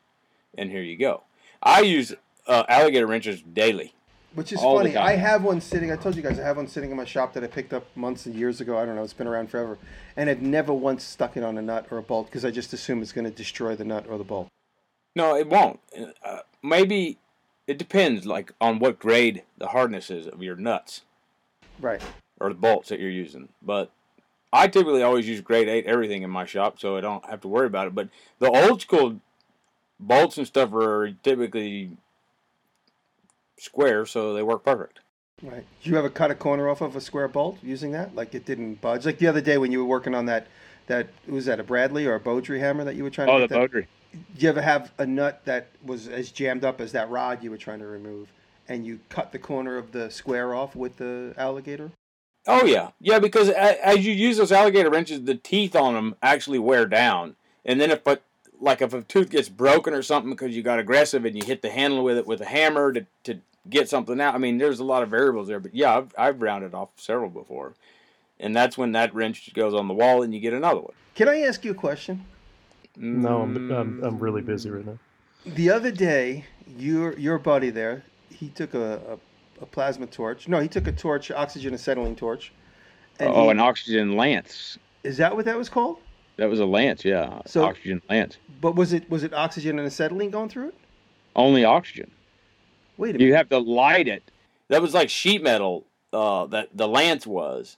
and here you go. I use uh, alligator wrenches daily. Which is All the funny. time. I have one sitting. I told you guys I have one sitting in my shop that I picked up months and years ago. I don't know. It's been around forever, and I've never once stuck it on a nut or a bolt because I just assume it's going to destroy the nut or the bolt. No, it won't. Uh, maybe it depends, like on what grade the hardness is of your nuts Right. or the bolts that you're using. But I typically always use grade eight everything in my shop, so I don't have to worry about it. But the old school bolts and stuff are typically square, so they work perfect. Right. Did you ever cut a corner off of a square bolt using that? Like it didn't budge. Like the other day when you were working on that, that who was that a Bradley or a Beaudry hammer that you were trying to. Oh, get the that- Beaudry. Did you ever have a nut that was as jammed up as that rod you were trying to remove, and you cut the corner of the square off with the alligator? Oh yeah, yeah. Because a- as you use those alligator wrenches, the teeth on them actually wear down, and then if but like if a tooth gets broken or something because you got aggressive and you hit the handle with it with a hammer to to get something out. I mean, there's a lot of variables there, but yeah, I've, I've rounded off several before, and that's when that wrench goes on the wall and you get another one. Can I ask you a question? No, I'm, I'm, I'm really busy right now. The other day, your your buddy there, he took a, a, a plasma torch. No, he took a torch, oxygen acetylene torch. And oh, he- an oxygen lance. is that what that was called? That was a lance, yeah. So- oxygen lance. But was it was it oxygen and acetylene going through it? Only oxygen. Wait a minute. You have to light it. That was like sheet metal. Uh, that the lance was,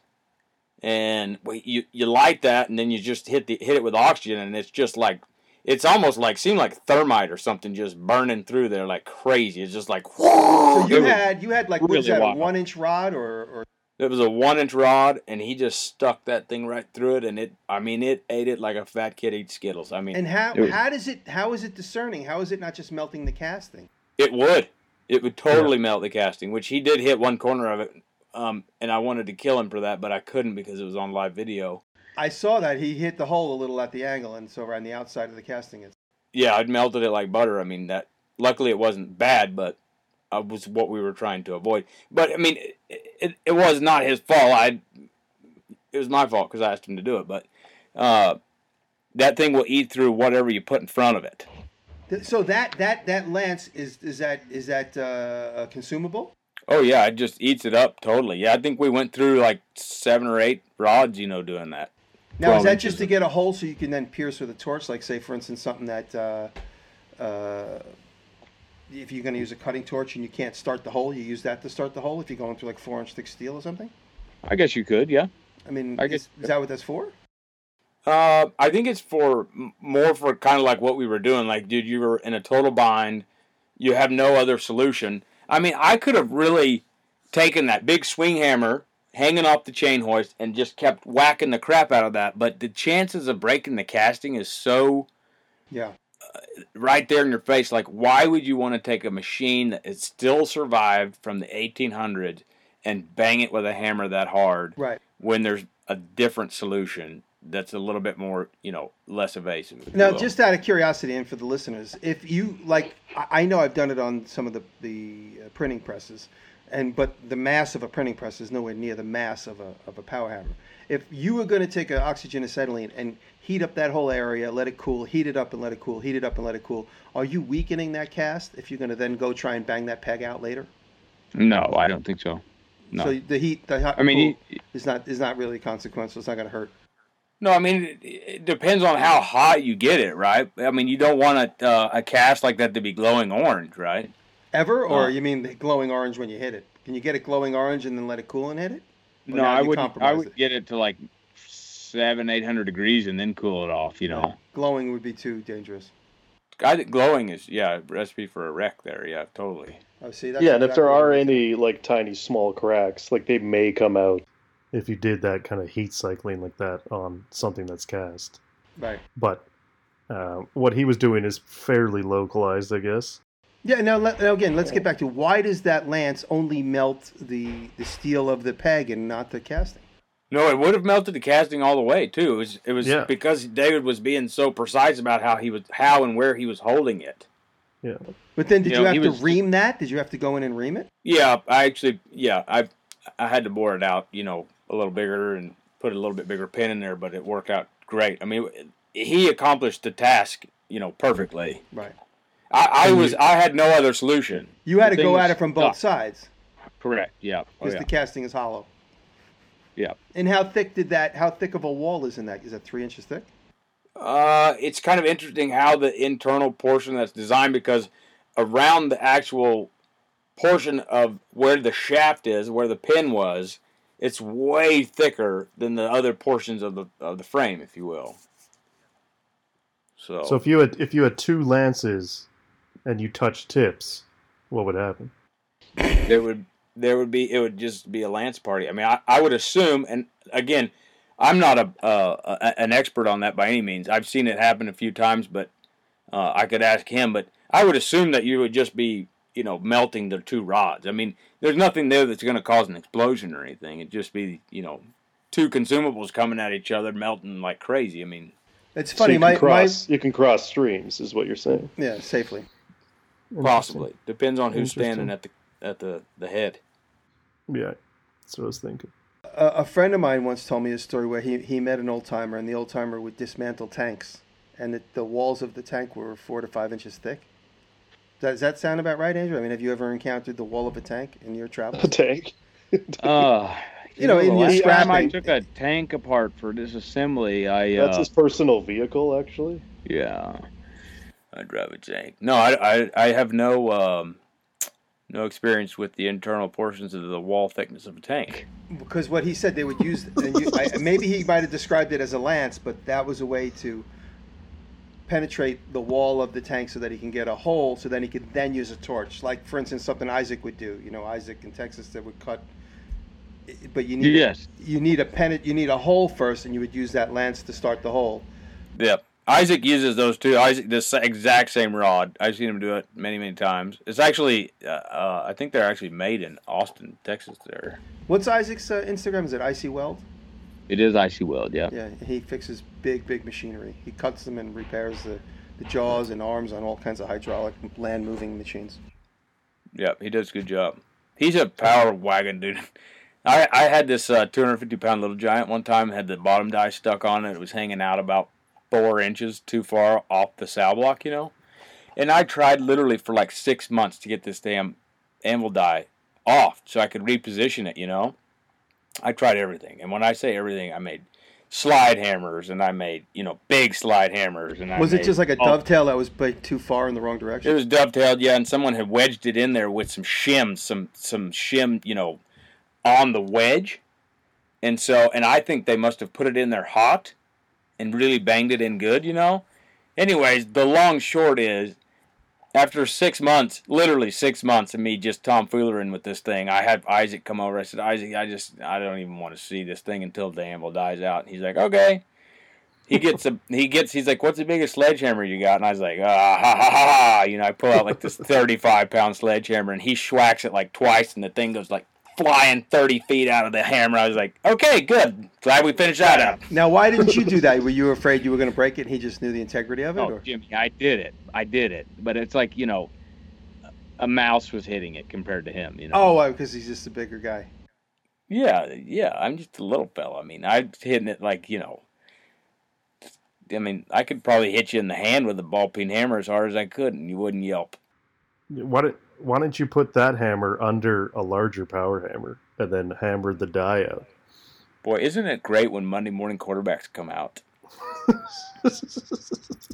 and we- you you light that, and then you just hit the hit it with oxygen, and it's just like it's almost like seemed like thermite or something just burning through there like crazy. It's just like So it, you was, had you had like what is really that a wild. one inch rod or, or it was a one inch rod, and he just stuck that thing right through it, and it I mean it ate it like a fat kid eats skittles. I mean and how It was- how does it how is it discerning? How is it not just melting the casting? It would. It would totally melt the casting, which he did hit one corner of it Um, and I wanted to kill him for that, but I couldn't because it was on live video. I saw that he hit the hole a little at the angle, and so around the outside of the casting. It's Yeah, I'd melted it like butter. I mean, that luckily it wasn't bad, but I was what we were trying to avoid. But I mean, it, it, it was not his fault. I it was my fault because I asked him to do it. But uh, that thing will eat through whatever you put in front of it. Th- so that that that lance is is that is that uh, consumable? Oh yeah, it just eats it up totally. Yeah, I think we went through like seven or eight rods, you know, doing that. Now is 12 that inches just to of- get a hole so you can then pierce with a torch? Like say, for instance, something that uh, uh, if you're going to use a cutting torch and you can't start the hole, you use that to start the hole. If you're going through like four inch thick steel or something. I guess you could, yeah. I mean, I is- guess- is that what that's for? Uh, I think it's for m- more for kind of like what we were doing. Like, dude, you were in a total bind. You have no other solution. I mean, I could have really taken that big swing hammer hanging off the chain hoist and just kept whacking the crap out of that. But the chances of breaking the casting is so Yeah. right there in your face. Like, why would you want to take a machine that is still survived from the 1800s and bang it with a hammer that hard? Right. when there's a different solution that's a little bit more, you know, less evasive. if you Now, will. just out of curiosity and for the listeners, if you like, I I know I've done it on some of the the uh, printing presses, and but the mass of a printing press is nowhere near the mass of a of a power hammer. If you were going to take an oxygen acetylene and heat up that whole area, let it cool, heat it up and let it cool, heat it up and let it cool, are you weakening that cast if you're going to then go try and bang that peg out later? No, I don't think so. No. So the heat, the hot, I mean, cool is not is not really consequential. It's not going to hurt. no, I mean, it, it depends on how hot you get it, right? I mean, you don't want a, uh, a cast like that to be glowing orange, right? Ever, or Uh. you mean the glowing orange when you hit it? Can you get it glowing orange and then let it cool and hit it? Well, no, now I you would. I compromise would it. get it to like seven, eight hundred degrees and then cool it off. You know. Glowing would be too dangerous. I think glowing is, yeah, recipe for a wreck there. Yeah, totally. Oh, see, that's yeah, and if exactly there what are it is. any like tiny small cracks, like they may come out. if you did that kind of heat cycling like that on something that's cast. right? But uh, what he was doing is fairly localized, I guess. Yeah. Now, let, now again, let's get back to why does that lance only melt the the steel of the peg and not the casting? No, it would have melted the casting all the way too. It was, it was Yeah. because David was being so precise about how he was, how and where he was holding it. But then, did You you, know, have he to was- ream that? Did you have to go in and ream it? Yeah, I actually, yeah, I I had to bore it out, you know, a little bigger and put a little bit bigger pin in there, but it worked out great. I mean, he accomplished the task, you know, perfectly. Right. I, I was, I had no other solution. You had to The go thing at is it from both stuck. sides Correct. Yeah. Oh, because yeah. the casting is hollow. Yeah. And how thick did that? How thick of a wall is in that? Is that three inches thick? Uh, it's kind of interesting how the internal portion that's designed because around the actual portion of where the shaft is, where the pin was, it's way thicker than the other portions of the of the frame, if you will. So Oh. if you had if you had two lances and you touched tips, what would happen? there would there would be it would just be a lance party. I mean, I, I would assume, and again, I'm not a, uh, a an expert on that by any means. I've seen it happen a few times, but uh, I could ask him. But I would assume that you would just be you know melting the two rods. I mean, there's nothing there that's going to cause an explosion or anything. It'd just be you know two consumables coming at each other, melting like crazy. I mean, It's So funny. you can my, cross, you can cross streams, is what you're saying. my yeah, safely. possibly depends on who's Interesting. standing at the at the the head. Yeah, that's what I was thinking. a, a friend of mine once told me a story where he, he met an old timer and the old timer would dismantle tanks and the, the walls of the tank were four to five inches thick. Does that sound about right, Andrew? I mean, have you ever encountered the wall of a tank in your A travels? tank. Uh, You know, in the your last time I scrapping- took a tank apart for disassembly, I uh, That's his personal vehicle, actually. yeah. I drive a tank. No, I, I, I have no um, no experience with the internal portions of the wall thickness of a tank. Because what he said they would use, and you, I, maybe he might have described it as a lance, but that was a way to penetrate the wall of the tank so that he can get a hole, so then he could then use a torch. Like, for instance, something Isaac would do. You know, Isaac in Texas that would cut, but you need Yes. you need a pennant you need a hole first and you would use that lance to start the hole Yep. Isaac uses those too. Isaac, this exact same rod. I've seen him do it many, many times. It's actually, uh, uh, I think they're actually made in Austin, Texas. There, What's Isaac's uh, Instagram? Is it Icy Weld? It is icy weld, yeah. Yeah, he fixes big, big machinery. He cuts them and repairs the, the jaws and arms on all kinds of hydraulic land moving machines. yeah, he does a good job. He's a power wagon dude. I, I had this uh, 250 pound little giant one time. Had the bottom die stuck on it. It was hanging out about four inches too far off the saddle block, you know. And I tried literally for like six months to get this damn anvil die off so I could reposition it, you know. I tried everything. And when I say everything, I made slide hammers and I made, you know, big slide hammers and I Was it made just like a all- dovetail that was like too far in the wrong direction? it was dovetailed, yeah, and someone had wedged it in there with some shims, some some shim, you know, on the wedge. And so, and I think they must have put it in there hot, and really banged it in good, you know. Anyways, the long short is, after six months, literally six months of me just tomfoolering with this thing, I had Isaac come over. I said, Isaac, I just I don't even want to see this thing until the anvil dies out. And he's like, okay he gets a he gets he's like, "What's the biggest sledgehammer you got?" And I was like, "Ah ha ha ha!" ha." You know, I pull out like this thirty-five pound sledgehammer, and he schwacks it like twice, and the thing goes like flying thirty feet out of the hammer. I was like, "Okay, good. Glad we finished that up." Now, why didn't you do that? Were you afraid you were going to break it and he just knew the integrity of it? Oh, or? Jimmy, I did it. I did it. But it's like, you know, a mouse was hitting it compared to him, you know. Oh, because he's just a bigger guy. Yeah, yeah. I'm just a little fella. I mean, I'm hitting it like you know. I mean, I could probably hit you in the hand with a ball peen hammer as hard as I could, and you wouldn't yelp. Why don't Why don't you put that hammer under a larger power hammer and then hammer the die out? Boy, isn't it great when Monday morning quarterbacks come out?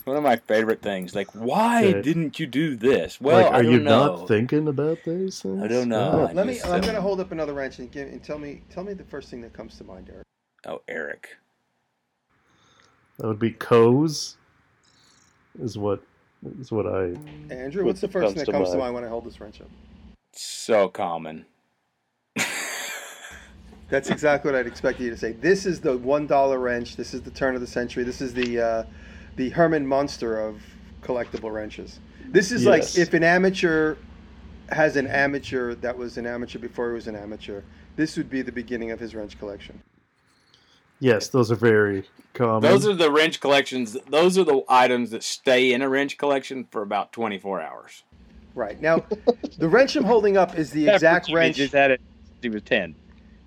One of my favorite things. Like, why Yeah. didn't you do this? Well, like, I are don't you know. not thinking about these things? I don't know. Oh. Let me. Yes, I'm sir. going to hold up another wrench and, give, and tell me. Tell me the first thing that comes to mind, Eric. oh, Eric. That would be Coes. Is what is what I Andrew, What what's the first comes thing that to comes to mind? mind when I hold this wrench up? So common. That's exactly what I'd expect you to say. This is the one dollar wrench. This is the turn of the century. This is the uh, the Herman Munster of collectible wrenches. This is Yes. like if an amateur has an amateur that was an amateur before he was an amateur. This would be the beginning of his wrench collection. Yes, those are very common. Those are the wrench collections. Those are the items that stay in a wrench collection for about 24 hours. Right now, the wrench I'm holding up is the Except exact for Jimmy, wrench. just had it. since He was 10.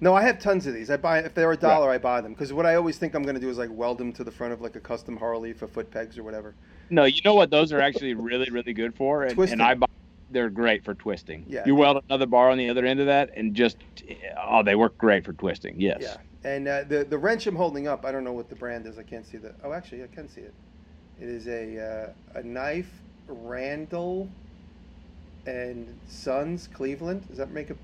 No, I have tons of these. I buy if they're a dollar, I buy them because what I always think I'm going to do is like weld them to the front of like a custom Harley for foot pegs or whatever. No, you know what? Those are actually really, really good for, and, Twisting. and I buy. They're great for twisting. Yeah. You weld another bar on the other end of that, and just oh, they work great for twisting. Yes. Yeah, and uh, the the wrench I'm holding up, I don't know what the brand is. I can't see the. Oh, actually, I can see it. It is a uh, a knife Randall and Sons Cleveland. Does that make a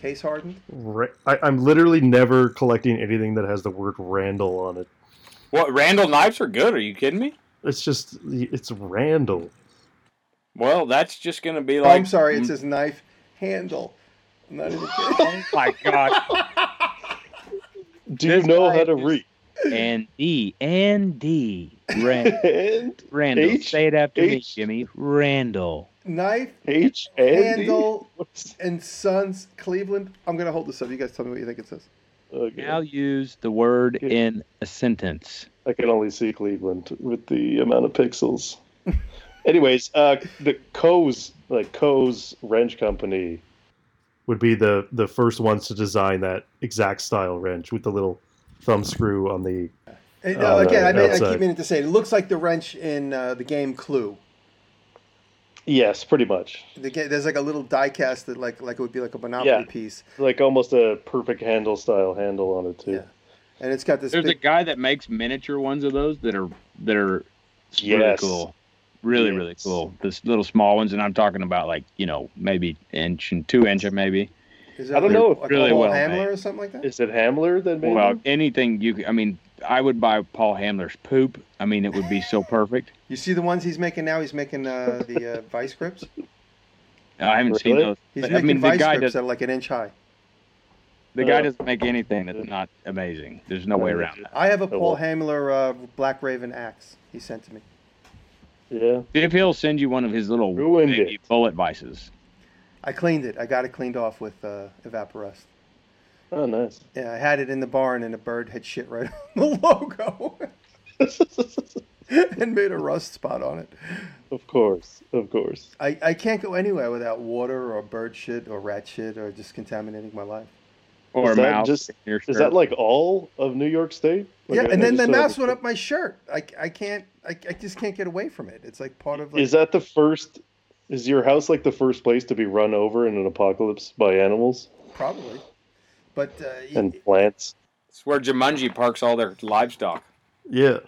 case hardened? Ra- I, I'm literally never collecting anything that has the word Randall on it. What? Randall knives are good. Are you kidding me? It's just it's Randall. Well, that's just going to be Oh, like. I'm sorry, it says knife handle. I'm not even kidding. My God. Do you This know guy how to is- read? and D and D Rand, And Randall. H- Say it after me, H- Jimmy. Randall. knife H and D? handle What's- and Sons Cleveland. I'm gonna hold this up. You guys tell me what you think it says. Okay. Now use the word Yeah. in a sentence. I can only see Cleveland with the amount of pixels. Anyways, uh, the Coe's like Coe's wrench company. Would be the the first ones to design that exact style wrench with the little thumb screw on the. And, Oh, uh, again, I, mean, I outside. keep meaning to say it looks like the wrench in uh, the game Clue. Yes, pretty much. The ga- there's like a little die cast that like like it would be like a Monopoly Yeah. piece, Like almost a perfect handle style handle on it too. Yeah. and it's got this. There's a big, guy that makes miniature ones of those that are that are really Yes. cool. Really, really Yes. cool. This little small ones, and I'm talking about like you know maybe inch and two inch maybe. is I don't know if like really Paul well Hamler made. or something like that. Is it Hamler that made Well, them? anything you. c- I mean, I would buy Paul Hamler's poop. I mean, it would be so perfect. You see the ones he's making now. He's making uh, the uh, vice grips. I haven't seen Really? those. He's But, making I mean, the vice guy grips does. that are like an inch high. The guy Uh, doesn't make anything that's not amazing. There's no way around that. I have a Oh, Paul well. Hamler uh, Black Raven axe he sent to me. Yeah. If he'll send you one of his little Ruined baby it. bullet vices, I cleaned it. I got it cleaned off with uh, Evaporust. Oh, nice. Yeah, I had it in the barn, and a bird had shit right on the logo and made a rust spot on it. of course. Of course. I, I can't go anywhere without water or bird shit or rat shit or just contaminating my life. or Is a that mouse. just- in your Is shirt. that like all of New York State? Like, yeah, I- and I then the just don't mouse understand. went up my shirt. I, I can't. I, I just can't get away from it. It's like part of like Is that the first? Is your house like the first place to be run over in an apocalypse by animals probably. But uh, y- and plants? It's where Jumanji parks all their livestock. Yeah.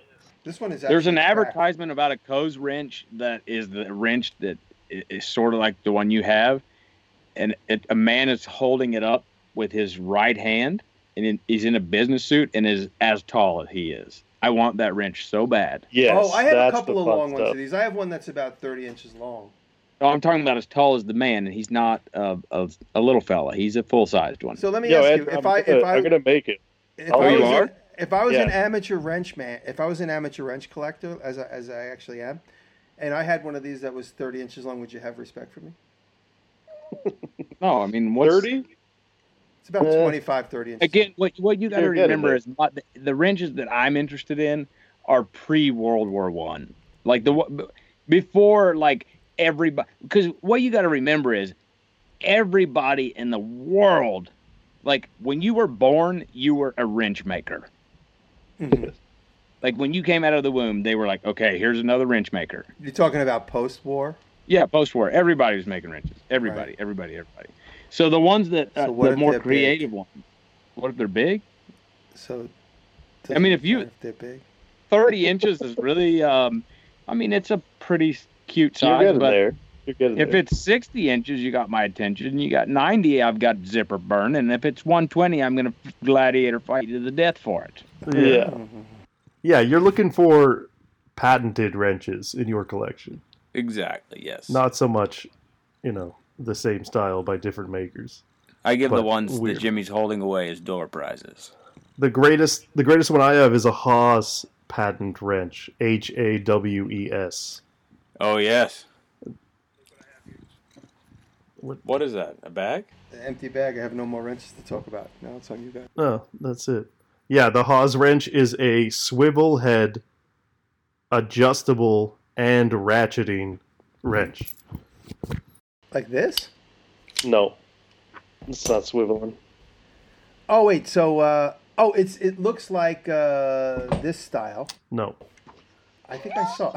this one is There's an actually cracked. advertisement about a Coe's wrench that is the wrench that i- is sort of like the one you have, and it, a man is holding it up with his right hand, and in, he's in a business suit and is as tall as he is. I want that wrench so bad. Yes. oh, I have a that's couple the of fun long ones stuff. of these. I have one that's about 30 inches long. No, I'm talking about as tall as the man, and he's not a, a, a little fella. He's a full sized one. So let me Yo, ask Ed, you: I'm if I gonna, if I am gonna make it. if Oh, I you was are? An, if I was an Yeah. amateur wrench man, if I was an amateur wrench collector, as I, as I actually am, and I had one of these that was 30 inches long, would you have respect for me? no, I mean, what's, Thirty. It's about Uh, 25, 30 inches. Again, what what you got to You're getting remember there. is not, the, the wrenches that I'm interested in are pre World War One, like the one- b- before like everybody. Because what you got to remember is everybody in the world, like when you were born, you were a wrench maker. Mhm. Like when you came out of the womb, they were like, okay, here's another wrench maker. You're talking about post-war. Yeah, post war. Everybody was making wrenches. Everybody, everybody, everybody. So the ones that uh, So what the if more they're big? creative ones. What if they're big? So, it I doesn't mean, if you- matter they're big, 30 inches is really um i mean it's a pretty cute You're size getting but there. You're getting if there. it's 60 inches you got my attention you got 90 i've got zipper burn and if it's 120 i'm gonna gladiator fight you to the death for it yeah. Yeah, you're looking for patented wrenches in your collection, Exactly. Yes. not so much, you know, the same style by different makers. I give the but ones weird. that Jimmy's holding away as door prizes. The greatest, the greatest one I have is a Haas patent wrench, H A W E S. Oh yes. What- What is that? A bag? the empty bag. I have no more wrenches to talk about. Now it's on you guys. Oh, that's it. Yeah, the Haas wrench is a swivel head, adjustable and ratcheting wrench. Like this. No. It's not swiveling. Oh wait, so uh, oh, it's it looks like uh, this style. No, I think I saw.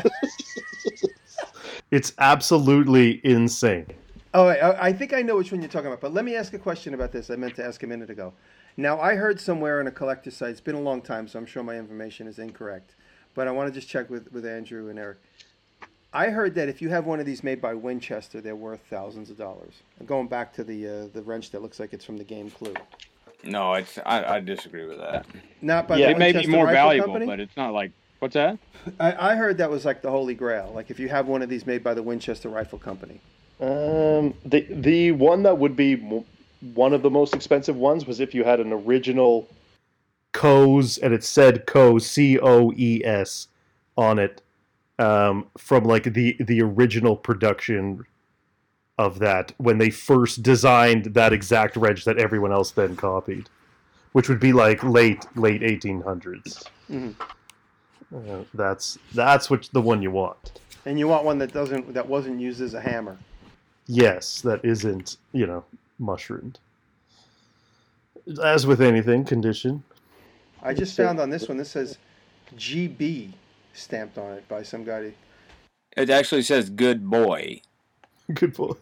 it's absolutely insane. Oh, I, I think I know which one you're talking about. But let me ask a question about this. I meant to ask a minute ago. Now, I heard somewhere on a collector site. It's been a long time, so I'm sure my information is incorrect. But I want to just check with, with Andrew and Eric. I heard that if you have one of these made by Winchester, they're worth thousands of dollars. I'm going back to the uh, the wrench that looks like it's from the game Clue. No, it's I, I disagree with that. Not by Yeah, the it may Winchester be more Rifle valuable Company. but it's not like what's that I, I heard that was like the holy grail. Like if you have one of these made by the Winchester Rifle Company. Um, the the one that would be m- one of the most expensive ones was if you had an original. Coes, and it said Co C O E S on it um, from like the the original production of that when they first designed that exact wrench that everyone else then copied, which would be like late late eighteen Mhm. Uh, that's that's what the one you want. And you want one that doesn't that wasn't used as a hammer. Yes, that isn't you know mushroomed. As with anything, condition. I just So- found on this one. This says GB stamped on it by some guy. It actually says "Good boy." Good boy.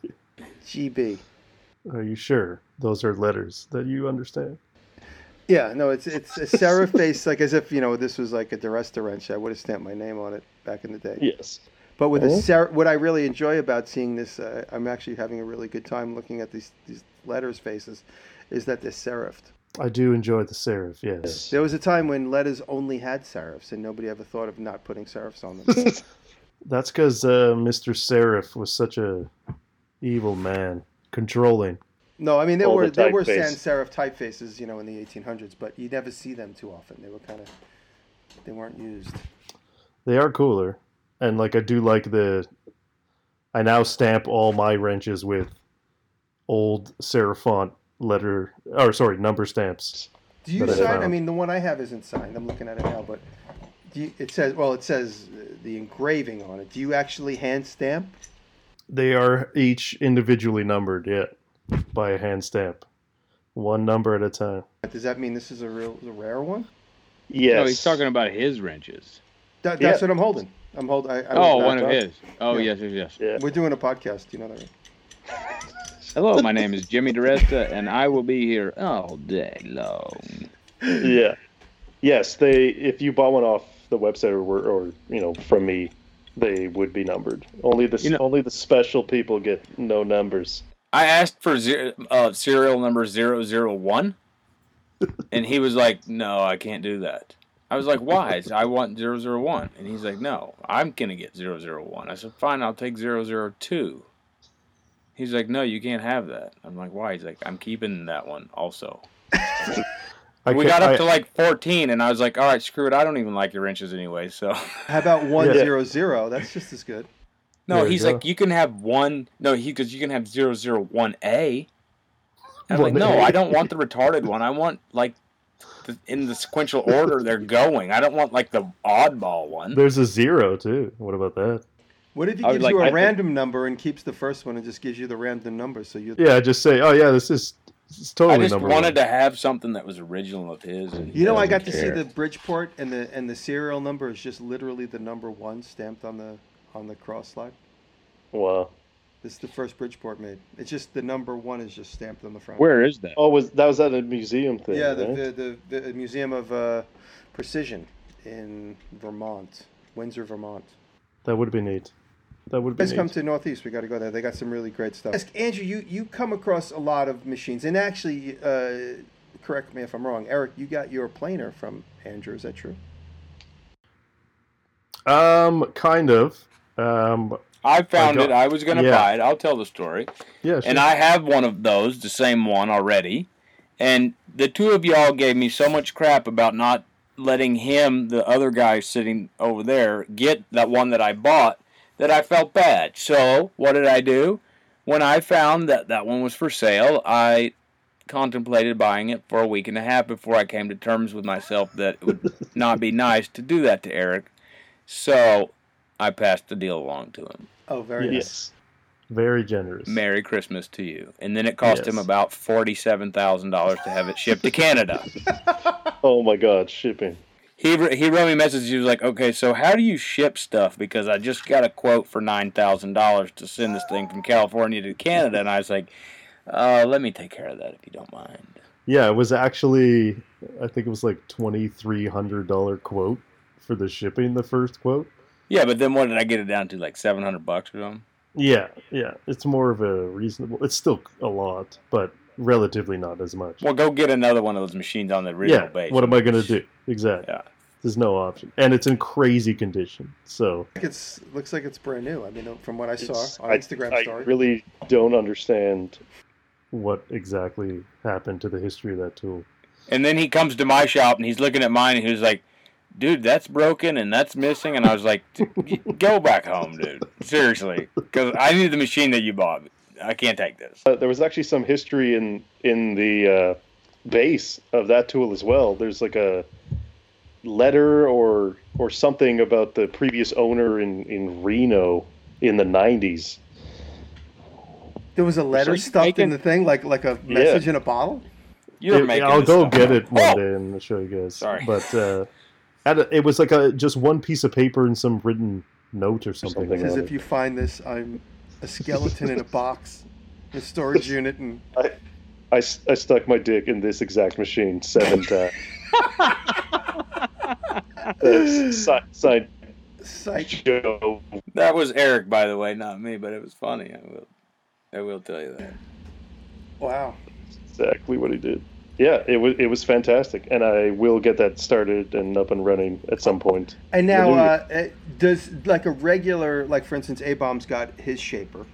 GB. Are you sure those are letters that you understand? Yeah, no, it's it's a seriface, like as if you know this was like a duresta wrench. I would have stamped my name on it back in the day. Yes. But with a Oh. Mhm. ser- what I really enjoy about seeing this, uh, I'm actually having a really good time looking at these these letters faces, is that they're serifed. I do enjoy the serif, yes. There was a time when letters only had serifs, and nobody ever thought of not putting serifs on them. That's because uh, Mr. Serif was such a evil man, controlling. No, I mean there All were the there were typeface. sans serif typefaces, you know, in the 1800s, but you never see them too often. They were kind of they weren't used. They are cooler, and like I do like the. I now stamp all my wrenches with old serif font letter or sorry number stamps. Do you But I sign? don't. I mean, the one I have isn't signed. I'm looking at it now, but do you, it says well, it says uh, the engraving on it. Do you actually hand stamp? They are each individually numbered, yeah, by a hand stamp, one number at a time. But does that mean this is a real a rare one? Yes. No, he's talking about his wrenches. That, Yeah. that's what I'm holding. I'm holding. I, I was Oh, not one of done. his. Oh, Yeah. yes, yes, yes. Yeah. We're doing a podcast. You know that. Right? Hello, my name is Jimmy DiResta, and I will be here all day long. yeah. Yes, they. If you bought one off the website or were- or you know from me, they would be numbered. Only the You know- only the special people get no numbers. I asked for zero, uh, serial number 001, and he was like, "No, I can't do that." I was like, "Why?" I said, I want 001, and he's like, "No, I'm gonna get 001." I said, "Fine, I'll take 002." He's like, "No, you can't have that." I'm like, "Why?" He's like, "I'm keeping that one also." I we can't- got up I- to like 14, and I was like, "All right, screw it. I don't even like your inches anyway." So. How about one Yeah. zero zero? That's just as good. No, There you he's go. like, you can have one. No, he because you can have zero zero one A. I'm like, no, 1A. I don't want the retarded one. I want like the, in the sequential order they're going. I don't want like the oddball one. There's a zero too. What about that? What if he I would gives like- you I a think- random number and keeps the first one and just gives you the random number? So you Yeah, just say, oh yeah, this is this is I totally just number wanted one. to have something that was original of his. And he You know, I got doesn't to see care. the Bridgeport and the and the serial number is just literally the number one stamped on the on the cross slide. Wow. This is the first Bridgeport made. It's just the number one is just stamped on the front. Where is that? Oh, was that was at a museum thing? Yeah, the, right? the, the, the Museum of uh, Precision in Vermont, Windsor, Vermont. That would be neat. That would be Guys, neat. come to Northeast. We got to go there. They got some really great stuff. Ask Andrew, you you come across a lot of machines, and actually, uh, correct me if I'm wrong. Eric, you got your planer from Andrew. Is that true? um, kind of. Um, I found I it. got- I was gonna yeah. buy it. I'll tell the story. yeah, sure. And I have one of those, the same one already. And the two of y'all gave me so much crap about not letting him, the other guy sitting over there, get that one that I bought that I felt bad. So, what did I do? When I found that that one was for sale, I contemplated buying it for a week and a half before I came to terms with myself that it would not be nice to do that to Eric. So, I passed the deal along to him. Oh, very nice. yes. Very generous. Merry Christmas to you. And then it cost Yes. him about forty-seven thousand dollars to have it shipped to Canada. Oh my God, shipping. he wr- he wrote me a message. He was like, "Okay, so how do you ship stuff? Because I just got a quote for nine thousand dollars to send this thing from California to Canada." And I was like, uh, "Let me take care of that if you don't mind." Yeah, it was actually, I think it was like twenty three hundred dollar quote for the shipping. The first quote. Yeah, but then what did I get it down to? Like seven hundred bucks or something. Yeah, yeah. It's more of a reasonable. It's still a lot, but relatively not as much. Well, go get another one of those machines on the original yeah. base. What am I gonna do? Exactly. Yeah. There's no option, and it's in crazy condition. So It's looks like it's brand new. I mean, uh, from what I saw It's- on I- Instagram I story. really don't understand. what exactly happened to the history of that tool. And then he comes to my shop and he's looking at mine and he's like, "Dude, that's broken and that's missing." And I was like, "D- g- "Go back home, dude. Seriously, because I need the machine that you bought. I can't take this." Uh, there was actually some history in in the uh, base of that tool as well. There's like a letter or or something about the previous owner in in Reno in the 90s. There was a letter like stuffed in making- the thing, like like a message in a bottle. You're It- making. I'll this go stuff get up. it one Oh! day and show you guys. Sorry. But uh, at a, it was like a just one piece of paper and some written note or something. It Something. says, Got "If you find this, I'm a skeleton in a box, in a storage unit." And I, s- I stuck my dick in this exact machine seven times. That's si- signed psych. Joe. That was Eric, by the way, not me, but it was funny. I will. I will tell you that. Wow. Exactly what he did. Yeah, it was it was fantastic, and I will get that started and up and running at some point. And now, eh, Hallelujah. uh, uh, does like a regular, like for instance, A Bomb's got his shaper.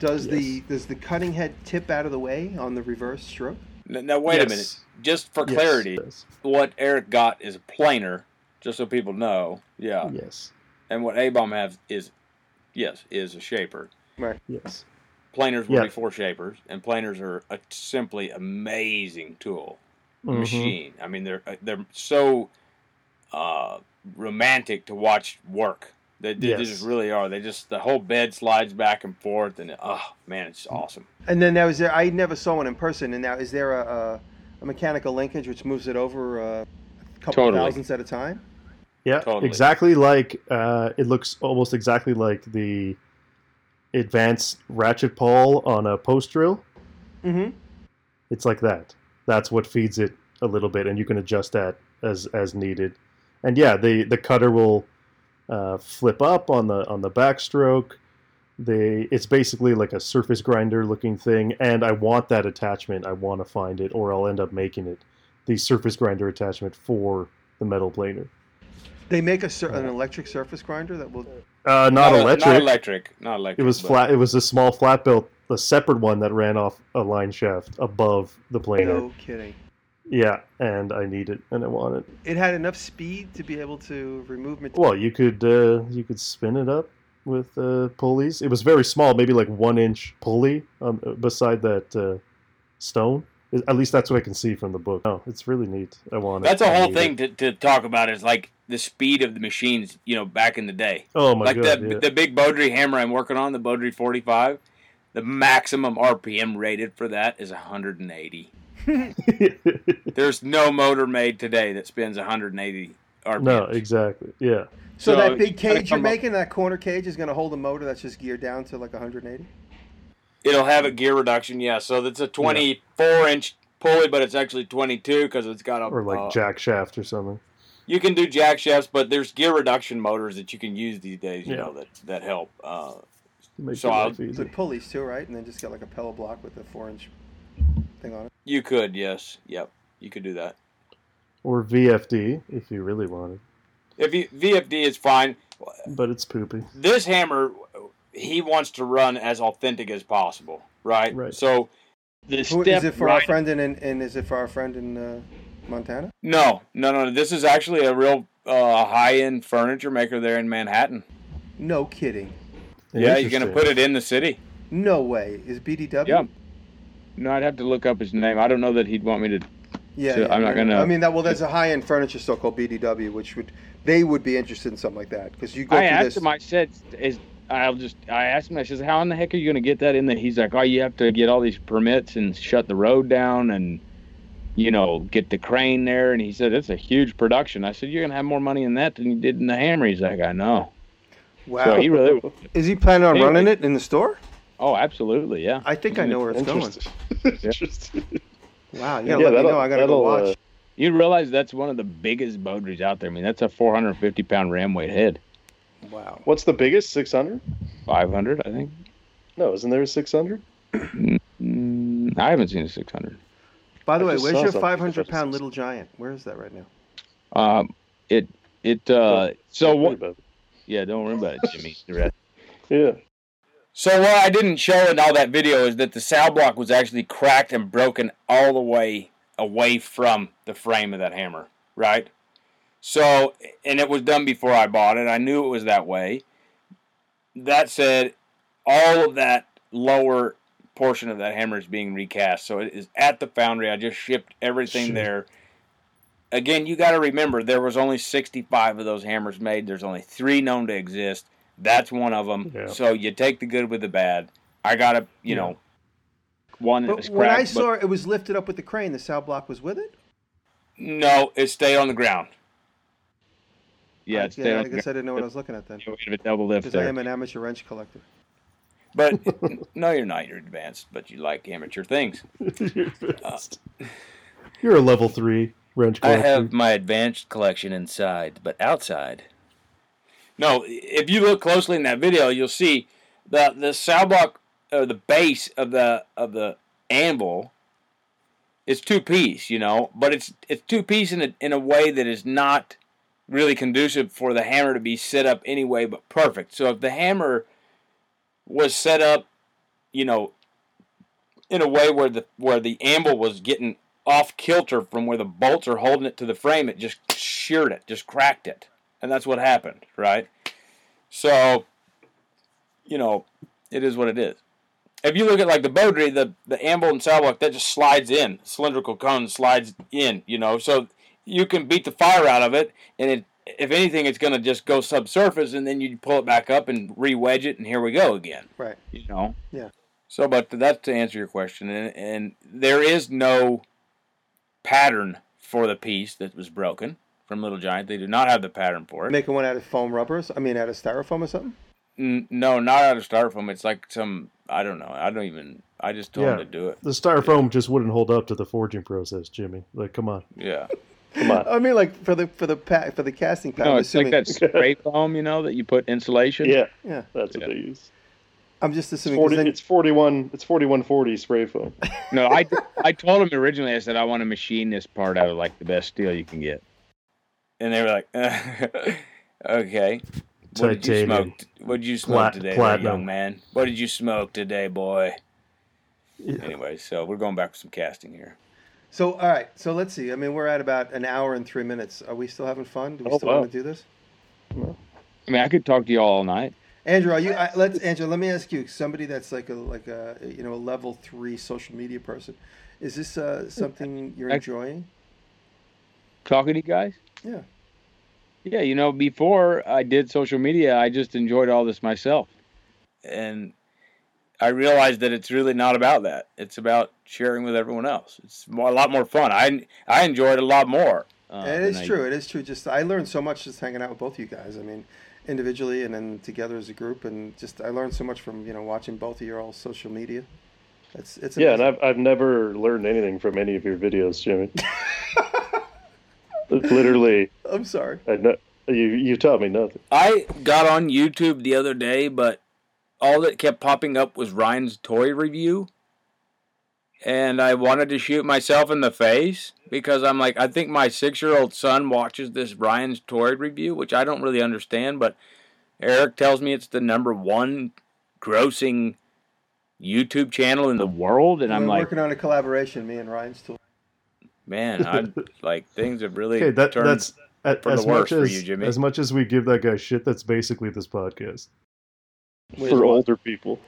Does the Yes. does the cutting head tip out of the way on the reverse stroke? N- Now wait a Yes. minute. Just for Yes, clarity, Yes. what Eric got is planar, just so people know. Yeah. Yes. And what A bomb has is yes, is a shaper. Yes. Planers will Yeah. be for shapers, and planers are a simply amazing tool. Mm-hmm. Mhm. machine. I mean, they're uh, they're so uh, romantic to watch work. They, they, they Yes. just really are. They just the whole bed slides back and forth, and oh man, it's awesome. And then now is there? I never saw one in person. And now is there a a, a mechanical linkage which moves it over uh, a couple Totally. thousands at a time? Yeah, Totally. exactly like uh, it looks almost exactly like the advanced ratchet pawl on a post drill. Mm-hmm. It's like that. That's what feeds it a little bit, and you can adjust that as as needed. And yeah, the the cutter will uh, flip up on the on the backstroke. They it's basically like a surface grinder looking thing, and I want that attachment. I want to find it, or I'll end up making it the surface grinder attachment for the metal planer. They make a cer- an electric surface grinder that will. Uh, not, a- electric. Not electric. Not electric. It was but- flat. It was a small flat belt, a separate one that ran off a line shaft above the planer. No kidding. Yeah, and I need it, and I want it. It had enough speed to be able to remove material. Well, you could uh, you could spin it up with uh, pulleys. It was very small, maybe like one inch pulley um, beside that uh, stone. At least that's what I can see from the book. Oh, it's really neat. I want it. That's a I whole need thing it. to, to talk about. Is like the speed of the machines. You know, back in the day, Oh my like god! the yeah. the big Beaudry hammer I'm working on, the Beaudry 45. The maximum RPM rated for that is 180. There's no motor made today that spins 180 RPM. no, exactly. Yeah. So, So that big you gotta cage you're come up- making, that corner cage, is going to hold a motor that's just geared down to like 180. It'll have a gear reduction, yeah. So that's a 24 inch pulley, but it's actually 22 because it's got a. Or like uh, jack shaft or something. You can do jack shafts, but there's gear reduction motors that you can use these days. You Yeah. know that that help. Uh, Makes so it I'll- life easy. The pulleys too, right? And then just get like a pillow block with a four-inch thing on it. you could, yes, yep, you could do that. or VFD if you really wanted. If you VFD is fine. But it's poopy. This hammer, he wants to run as authentic as possible, right? Right. So The Who, step is it for our right friend in, in, in is it for our friend in uh, Montana? No, no, no. This is actually a real uh, high-end furniture maker there in Manhattan. No kidding. Yeah, you're gonna put it in the city. No way. Is BDW? Yeah. No, I'd have to look up his name. I don't know that he'd want me to. Yeah, So yeah, I'm not yeah. gonna- I mean that. Well, there's a high-end furniture store called BDW, which would they would be interested in something like that because you go I through asked this. him. I said, "Is I'll just." I asked him. I says, "How in the heck are you going to get that in there?" He's like, "Oh, you have to get all these permits and shut the road down and." You know, get the crane there, and he said it's a huge production. I said you're gonna have more money in that than you did in the hammer. He's like, I know. wow. So he really, is he planning on Anyway. running it in the store? oh, absolutely, yeah. I think I know where it's going. Interesting. Interesting. Wow. You Yeah, gotta let me that'll- know. I gotta go that'll, uh, watch. You realize that's one of the biggest Beaudries out there. I mean, that's a 450 pound ram weight head. wow. What's the biggest? Six hundred? 500, I think. No, isn't there a six hundred? Mm, I haven't seen a 600. By the I way, just where's saw your something. 500 pound little giant? Where is that right now? Um, it, it, uh, so what? About it. Yeah, don't worry about it, Jimmy. The rest- Yeah. So what I didn't show in all that video is that the saddle block was actually cracked and broken all the way away from the frame of that hammer, right? So, and it was done before I bought it. I knew it was that way. That said, all of that lower portion of that hammer is being recast. So it is at the foundry. I just shipped everything Shit. there. Again, you got to remember there was only 65 of those hammers made. There's only three known to exist. That's one of them. Yeah. So you take the good with the bad. I got to, you know, One that But was when I cracked, saw it, it was lifted up with the crane. The sound block was with it. no, it stayed on the ground. but, yeah, I, it's there. I guess I didn't know what I was looking at then. You have a double lift Because I there. am an amateur wrench collector. But no, you're not. You're advanced, but you like amateur things. You're fast. You're a level three wrench I collector. have my advanced collection inside, but outside. No, if you look closely in that video, you'll see the the saddle block or the base of the of the anvil is two piece, you know, but it's it's two piece in a, in a way that is not really conducive for the hammer to be set up anyway, but perfect. So if the hammer was set up, you know, in a way where the where the amble was getting off kilter from where the bolts are holding it to the frame, it just sheared it, just cracked it, and that's what happened, right? So, you know, it is what it is. If you look at like the Beaudry, the the amble and sidewalk that just slides in, cylindrical cone slides in, you know, so you can beat the fire out of it, and it if anything, it's going to just go subsurface, and then you pull it back up and re-wedge it, and here we go again. Right. You know. Yeah. So, but that's to answer your question, and, and there is no pattern for the piece that was broken from Little Giant. They do not have the pattern for it. Making one out of foam rubbers. I mean, out of styrofoam or something. N- no, not out of styrofoam. It's like some I don't know. I don't even. I just told Yeah. them to do it. The styrofoam just wouldn't hold up to the forging process, Jimmy. Like, come on. Yeah. Come on. I mean, like for the for the pa- for the casting pattern. Uh, No, I'm it's like assuming, that spray foam, you know, that you put insulation. Yeah, Yeah, that's Yeah. what they use. I'm just It's, assuming. 'cause 40, then- it's 41 it's 4140 spray foam. No, I I told him originally. I said I want to machine this part out of like the best steel you can get. And they were like, okay. What did you Titanium. smoke? What did you smoke Plat- today, there, platinum. young man? What did you smoke today, boy? Yeah. Anyway, so we're going back with some casting here. so all right. So let's see. I mean, we're at about an hour and three minutes. Are we still having fun? Do we Oh, still wow. want to do this? I mean, I could talk to you all, all night. Andrew, are you? I, let's Andrew. Let me ask you. Somebody that's like a like a you know a level three social media person. Is this uh, something you're I- enjoying? Talking to you guys. Yeah. Yeah, you know, before I did social media, I just enjoyed all this myself. and I realized that it's really not about that. It's about sharing with everyone else. It's more, a lot more fun. I I enjoy it a lot more. Uh, it is than I- true. It is true. Just I learned so much just hanging out with both of you guys. I mean, individually and then together as a group, and just I learned so much from you know watching both of your all social media. It's it's Yeah, and amazing. I've I've never learned anything from any of your videos, Jimmy. Literally, I'm sorry. I know, you you taught me nothing. I got on YouTube the other day, but all that kept popping up was Ryan's toy review, and I wanted to shoot myself in the face because I'm like, I think my six-year-old son watches this Ryan's toy review, which I don't really understand, but Eric tells me it's the number one grossing YouTube channel in the The world, and We're I'm like, working on a collaboration, me and Ryan's tool. Man, I like things have really Okay, that, turned. that's a- for the as much worse for as you, Jimmy. as much as we give that guy shit. That's basically this podcast. for older people.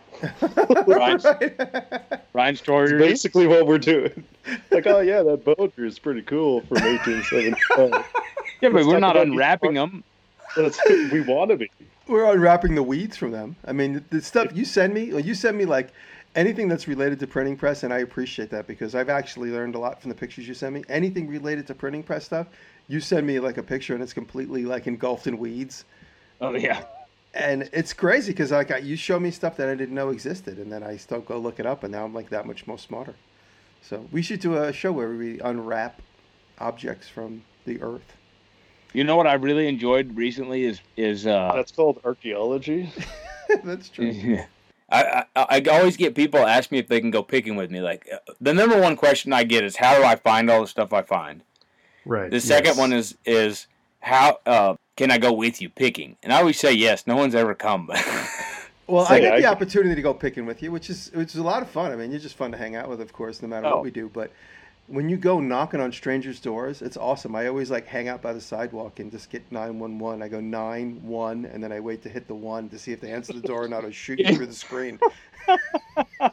Ryan's- Right. Ryan Story. It's basically what we're doing. Like, oh yeah, that Bolger is pretty cool from 1875. yeah, but let's we're talk not about each unwrapping them. That's, we want to be. We're unwrapping the weeds from them. I mean, the stuff you send me, you send me like anything that's related to printing press, and I appreciate that because I've actually learned a lot from the pictures you send me. Anything related to printing press stuff, you send me like a picture and it's completely like engulfed in weeds. Oh yeah. And it's crazy because like I- you show me stuff that I didn't know existed, and then I still go look it up, and now I'm like that much more smarter. So we should do a show where we unwrap objects from the earth. You know what I really enjoyed recently is is uh. That's called archaeology. That's true. yeah. I, I I always get people ask me if they can go picking with me. Like uh, the number one question I get is how do I find all the stuff I find. Right. The second yes. one is is how uh, can I go with you picking? And I always say yes. No one's ever come. Well, Say I got I the can- opportunity to go picking with you, which is which is a lot of fun. I mean, you're just fun to hang out with, of course, no matter Oh. what we do. But when you go knocking on strangers' doors, it's awesome. I always like hang out by the sidewalk and just get nine one one. I go nine one, and then I wait to hit the one to see if they answer the door or not, or shoot you through the screen.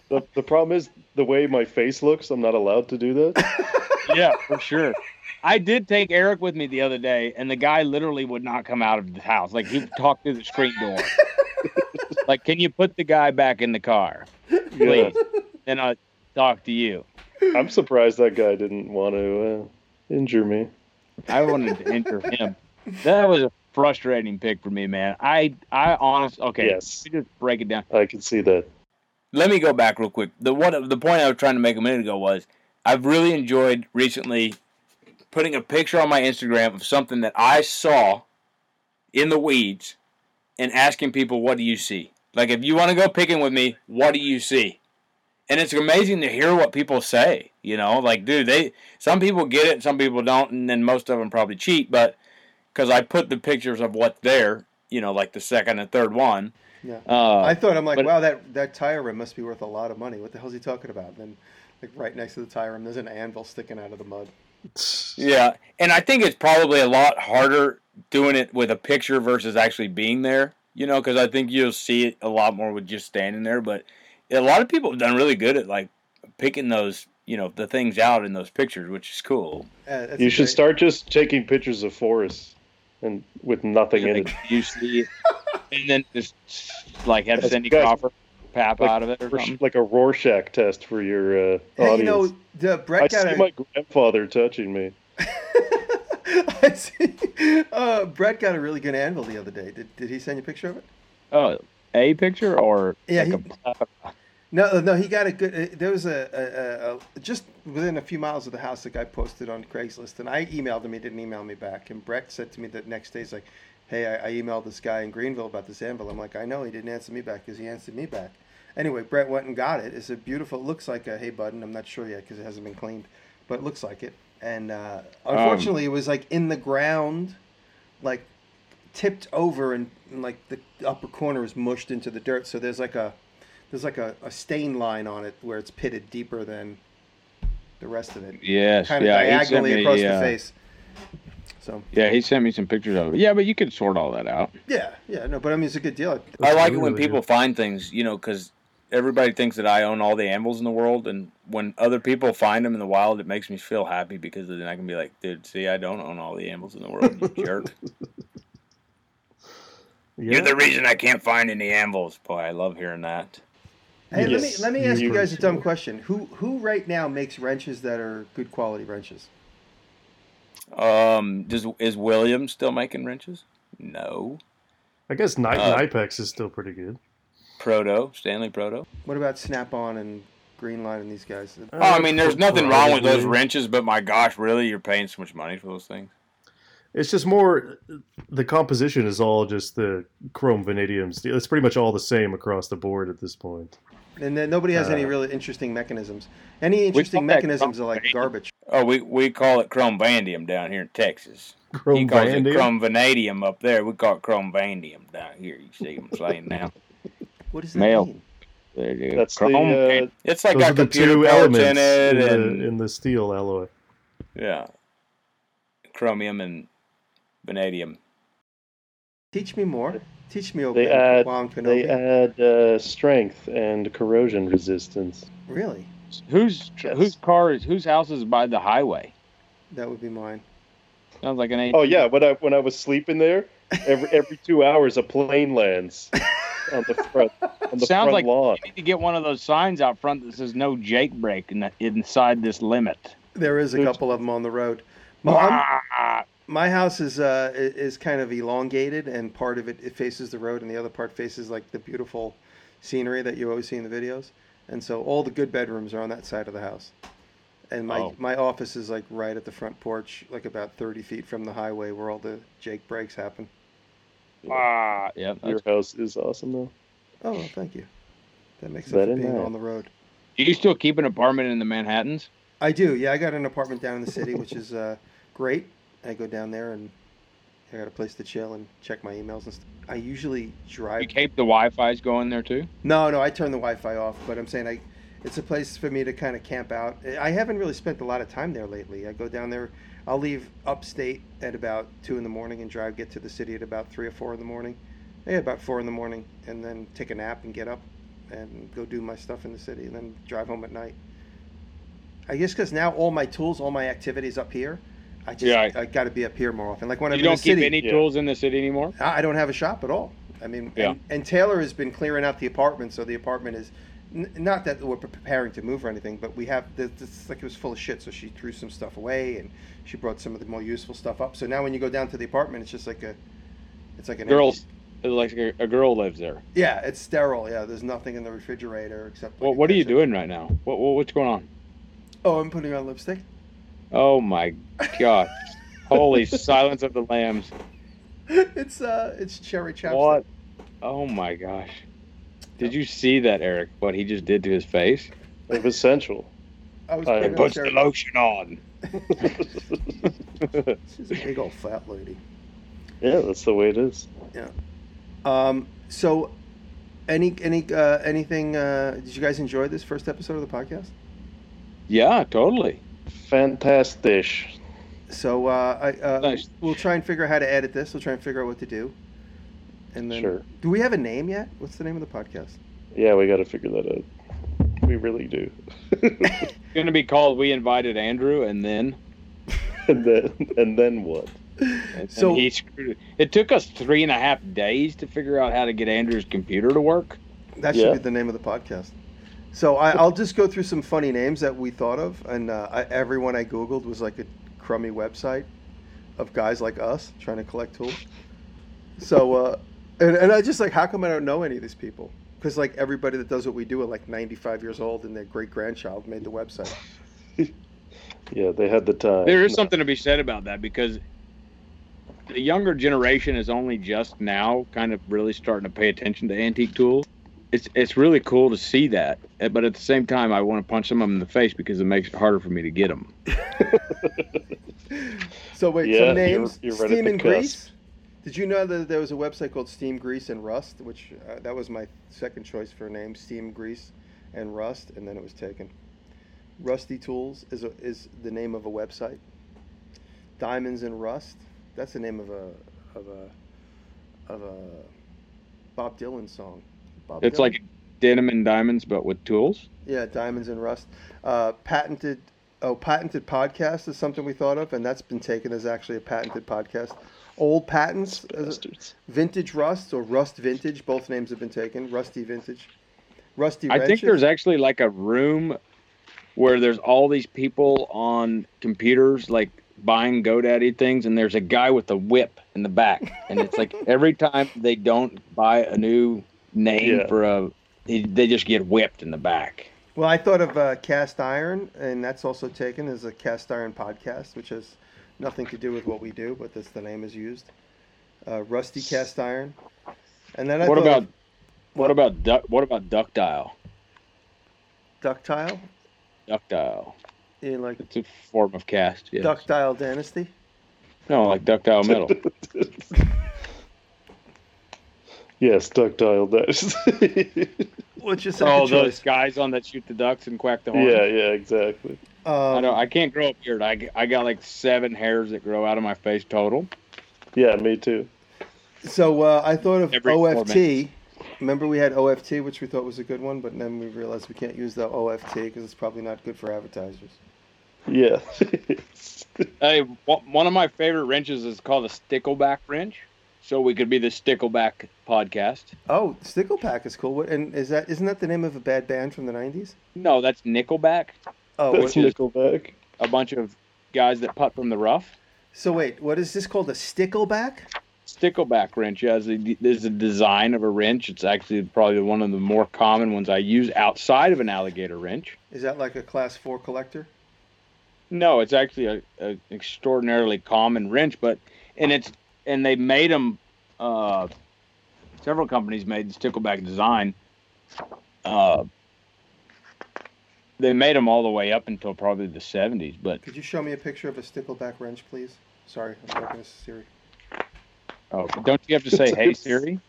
The, the problem is the way my face looks. I'm not allowed to do that. yeah, for sure. I did take Eric with me the other day, and the guy literally would not come out of the house. Like he would talk through the screen door. like, can you put the guy back in the car, Yeah. please? Then I'll talk to you. I'm surprised that guy didn't want to uh, injure me. I wanted to enter him. That was a frustrating pick for me, man. I I honest okay. Yes. Let me just break it down. I can see that. Let me go back real quick. The one the point I was trying to make a minute ago was I've really enjoyed recently putting a picture on my Instagram of something that I saw in the weeds and asking people what do you see? Like if you want to go picking with me, what do you see? And it's amazing to hear what people say, you know, like dude, they some people get it, some people don't, and then most of them probably cheat, but cuz I put the pictures of what's there, you know, like the second and third one. Yeah. Oh. Uh, I thought I'm like, but- wow, that that tire rim must be worth a lot of money. What the hell's he talking about? And then, like right next to the tire rim, there's an anvil sticking out of the mud. Yeah, and I think it's probably a lot harder doing it with a picture versus actually being there. You know, because I think you'll see it a lot more with just standing there. But a lot of people have done really good at like picking those, you know, the things out in those pictures, which is cool. Uh, that's You a should great- start just taking pictures of forests and with nothing in it. like, you see it, and then just like have That's Cindy good. Crawford pap Like, out of it or something. Like a Rorschach test for your uh, Hey, audience. you know, the Brett I got see a- my grandfather touching me. I see. Uh, Brett got a really good anvil the other day. Did, did he send you a picture of it? Oh, a picture or Yeah, like he- a, No, no, he got a good. Uh, there was a, a, a, a just within a few miles of the house. The guy posted on Craigslist, and I emailed him. He didn't email me back. And Brett said to me the next day, he's like, "Hey, I, I emailed this guy in Greenville about this anvil." I'm like, "I know." He didn't answer me back because he answered me back. Anyway, Brett went and got it. It's a beautiful. Looks like a hay button. I'm not sure yet because it hasn't been cleaned, but it looks like it. And uh, unfortunately, it was like in the ground, like tipped over, and, and like the upper corner is mushed into the dirt. So there's like a there's like a, a stain line on it where it's pitted deeper than the rest of it, yes, kind of yeah, he sent diagonally me, across yeah. the face. So Yeah, he sent me some pictures of it. Yeah, but you could sort all that out. yeah, yeah, no, but I mean it's a good deal. I like it really when good. people find things, you know, because everybody thinks that I own all the animals in the world, and when other people find them in the wild, it makes me feel happy because then I can be like, dude, see, I don't own all the animals in the world, you jerk. Yeah. You're the reason I can't find any anvils. Boy, I love hearing that. Hey, Yes. let me let me ask you Yeah. guys a dumb question. Who who right now makes wrenches that are good quality wrenches? Um, does is William still making wrenches? No. I guess Ni- Uh, Nipex is still pretty good. Proto Stanley Proto. What about Snap On and Greenline and these guys? Oh, I mean, there's nothing wrong with those Probably. wrenches, but my gosh, really, you're paying so much money for those things. It's just more the composition is all just the chrome vanadium steel. It's pretty much all the same across the board at this point. And then nobody has any Uh, really interesting mechanisms. Any interesting that mechanisms are like garbage. Oh, we we call it chrome vanadium down here in Texas. he Chrome calls vanadium. it chrome vanadium up there. We call it chrome vanadium down here. You see what I'm saying now? What does that Mail. mean? There you go. That's Chrome the uh, and- It's like those are got the computer two parts elements in it, in, and the, in the steel alloy. yeah, chromium and vanadium. Teach me more. Teach me. They Open, add- Guam, they Kenobi. add uh, strength and corrosion resistance. Really, whose whose car is whose house is by the highway? that would be mine. Sounds like an eight. Oh yeah, when I when I was sleeping there, every every two hours a plane lands on the front on the Sounds front like- lawn. You need to get one of those signs out front that says "No Jake break" in the, inside this limit. There is a There's- couple of them on the road. Mom, Ah! my house is uh, i- is kind of elongated, and part of it, it faces the road, and the other part faces like the beautiful scenery that you always see in the videos. And so all the good bedrooms are on that side of the house, and my Oh. my office is like right at the front porch, like about thirty feet from the highway where all the Jake breaks happen. Ah! Yeah, that's- Your house is awesome though. Oh, well, thank you. That makes up Very for being nice. on the road. Do you still keep an apartment in the Manhattans? I do. Yeah, I got an apartment down in the city, which is uh, great. I go down there and I got a place to chill and check my emails and stuff. I usually drive. You keep the Wi-Fi's going there too. No, no, I turn the Wi-Fi off. But I'm saying I, it's a place for me to kind of camp out. I haven't really spent a lot of time there lately. I go down there. I'll leave upstate at about two in the morning and drive get to the city at about three or four in the morning. Yeah, about four in the morning, and then take a nap and get up and go do my stuff in the city, and then drive home at night. I guess because now all my tools, all my activities up here, I just Yeah, I, got to be up here more often. Like when I'm in you don't the keep city, any yeah. tools in the city anymore. I I don't have a shop at all. I mean, Yeah. and, and Taylor has been clearing out the apartment, so the apartment is n- not that we're preparing to move or anything, but we have this, this like it was full of shit. So she threw some stuff away, and she brought some of the more useful stuff up. So now when you go down to the apartment, it's just like a, it's like an Girls, like a, a girl lives there. Yeah, it's sterile. Yeah, there's nothing in the refrigerator except. Well, like, a what are you ketchup. doing right now? What, what what's going on? Oh, I'm putting on lipstick. Oh my god! Holy silence of the lambs! it's uh, it's cherry chapstick. What? Oh my gosh! Did you see that, Eric? What he just did to his face? It was central. I was I putting on put Puts cherry- the lotion on. She's a big old fat lady. yeah, that's the way it is. Um, so Any any uh, anything? Uh, did you guys enjoy this first episode of the podcast? Yeah, totally. Fantastic. So uh, I uh, Nice. we'll try and figure out how to edit this. We'll try and figure out what to do. And then, Sure. do we have a name yet? What's the name of the podcast? Yeah, we got to figure that out. We really do. It's gonna be called "We Invited Andrew," and then and then and then what? and So- he screwed it. It took us three and a half days to figure out how to get Andrew's computer to work. That should Yeah. be the name of the podcast. So I, I'll just go through some funny names that we thought of, and uh, I, everyone I googled was like a crummy website of guys like us trying to collect tools. So, uh, and, and I just like, how come I don't know any of these people? Because like everybody that does what we do are like 95 years old, and their great grandchild made the website. Yeah, they had the time. There is something to be said about that because the younger generation is only just now kind of really starting to pay attention to antique tools. It's it's really cool to see that, eh, but at the same time, I want to punch some of them in the face because it makes it harder for me to get them. So wait, Yeah, some names: you're- you're right at Steam the and cusp. Grease. Did you know that there was a website called Steam Grease and Rust, which uh, that was my second choice for a name: Steam Grease and Rust, and then it was taken. Rusty Tools is a, is the name of a website. Diamonds and Rust. That's the name of a of a of a Bob Dylan song. Bob It's Dylan? like denim and diamonds, but with tools. Yeah, diamonds and rust. Uh, patented. Oh, patented podcast is something we thought of, and that's been taken as actually a patented podcast. Old patents, as Bastards. vintage rust or rust vintage. Both names have been taken. Rusty vintage, rusty. I think wrenches. there's actually like a room where there's all these people on computers like buying GoDaddy things, and there's a guy with a whip in the back, and it's like every time they don't buy a new name Yeah. for a, they- they just get whipped in the back. Well, I thought of uh, cast iron, and that's also taken as a cast iron podcast, which has nothing to do with what we do, but that's the name is used. Uh, rusty cast iron, and then I What thought about of what about du- what about ductile? ductile Ductile. in like It's a form of cast. Yeah. ductile dynasty? no, like ductile metal. yes, ductile. That. What's your second oh, choice? those guys on that shoot the ducks and quack the horn. yeah, yeah, exactly. Um, I don't. I can't grow a beard. I, I got like seven hairs that grow out of my face total. Yeah, me too. So uh, I thought of Every four OFT. Remember we had OFT, which we thought was a good one, but then we realized we can't use the OFT because it's probably not good for advertisers. Yeah. Hey, one one of my favorite wrenches is called a stickleback wrench, so we could be the stickleback podcast. Oh, Sticklepack is cool. What and is that? Isn't that the name of a bad band from the '90s? No, that's Nickelback. Oh, That's what, Nickelback. A bunch of guys that putt from the rough. so wait, what is this called? A Stickleback? Stickleback wrench is a, is a design of a wrench. It's actually probably one of the more common ones I use outside of an alligator wrench. Is that like a Class Four collector? No, it's actually a, a extraordinarily common wrench, but and it's and they made them. Uh, several companies made the stickleback design. Uh, they made them all the way up until probably the seventies, but Could you show me a picture of a Stickleback wrench, please? Sorry, I'm talking to Siri. oh, don't you have to say "Hey Siri"?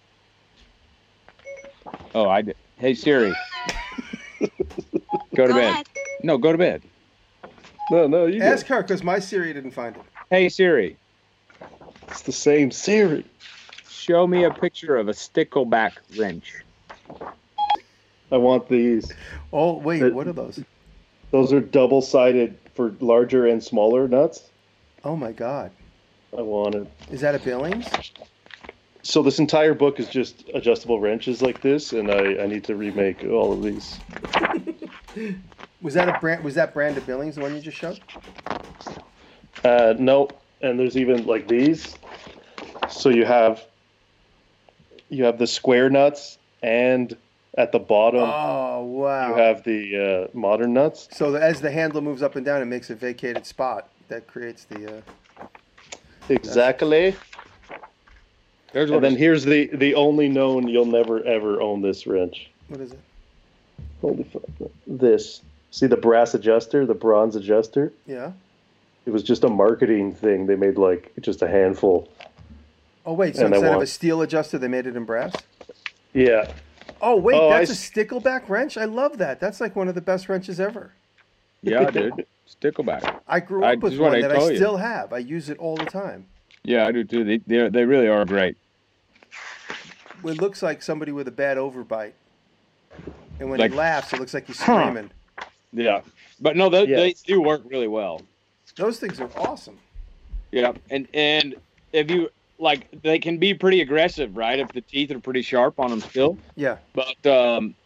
Oh, I did. Hey Siri, go to bed. No, go to bed. No, no, you Ask guys. her because my Siri didn't find it. Hey Siri, It's the same Siri. show me a picture of a stickleback wrench. I want these. Oh wait, But- what are those? Those are double sided for larger and smaller nuts. Oh my God, I want it. is that a Billings? So this entire book is just adjustable wrenches like this, and I, I need to remake all of these. Was that a brand? Was that brand of Billings the one you just showed? Uh, no, and there's even like these. So you have you have the square nuts, and at the bottom Oh wow! you have the uh, modern nuts. so the, as the handle moves up and down, it makes a vacated spot that creates the. Uh, Exactly. There's And then here's the the only known you'll never ever own this wrench. what is it? Holy fuck! This see the brass adjuster, the bronze adjuster. Yeah. It was just a marketing thing. They made like just a handful. Oh wait! So And I instead of a want- steel adjuster, they made it in brass. Yeah. Oh wait, Oh, that's I a see. stickleback wrench. I love that. That's like one of the best wrenches ever. Yeah, dude. Stickleback. I grew I- up this with is what one I that I told you. still have. I use it all the time. Yeah, I do too. They they're- they really are great. It looks like somebody with a bad overbite, and when Like- he laughs, it looks like he's Huh. screaming. Yeah, but no, they, they Yes. do work really well. Those things are awesome. Yeah, and and if you like, they can be pretty aggressive, right? If the teeth are pretty sharp on them still. Yeah. But um,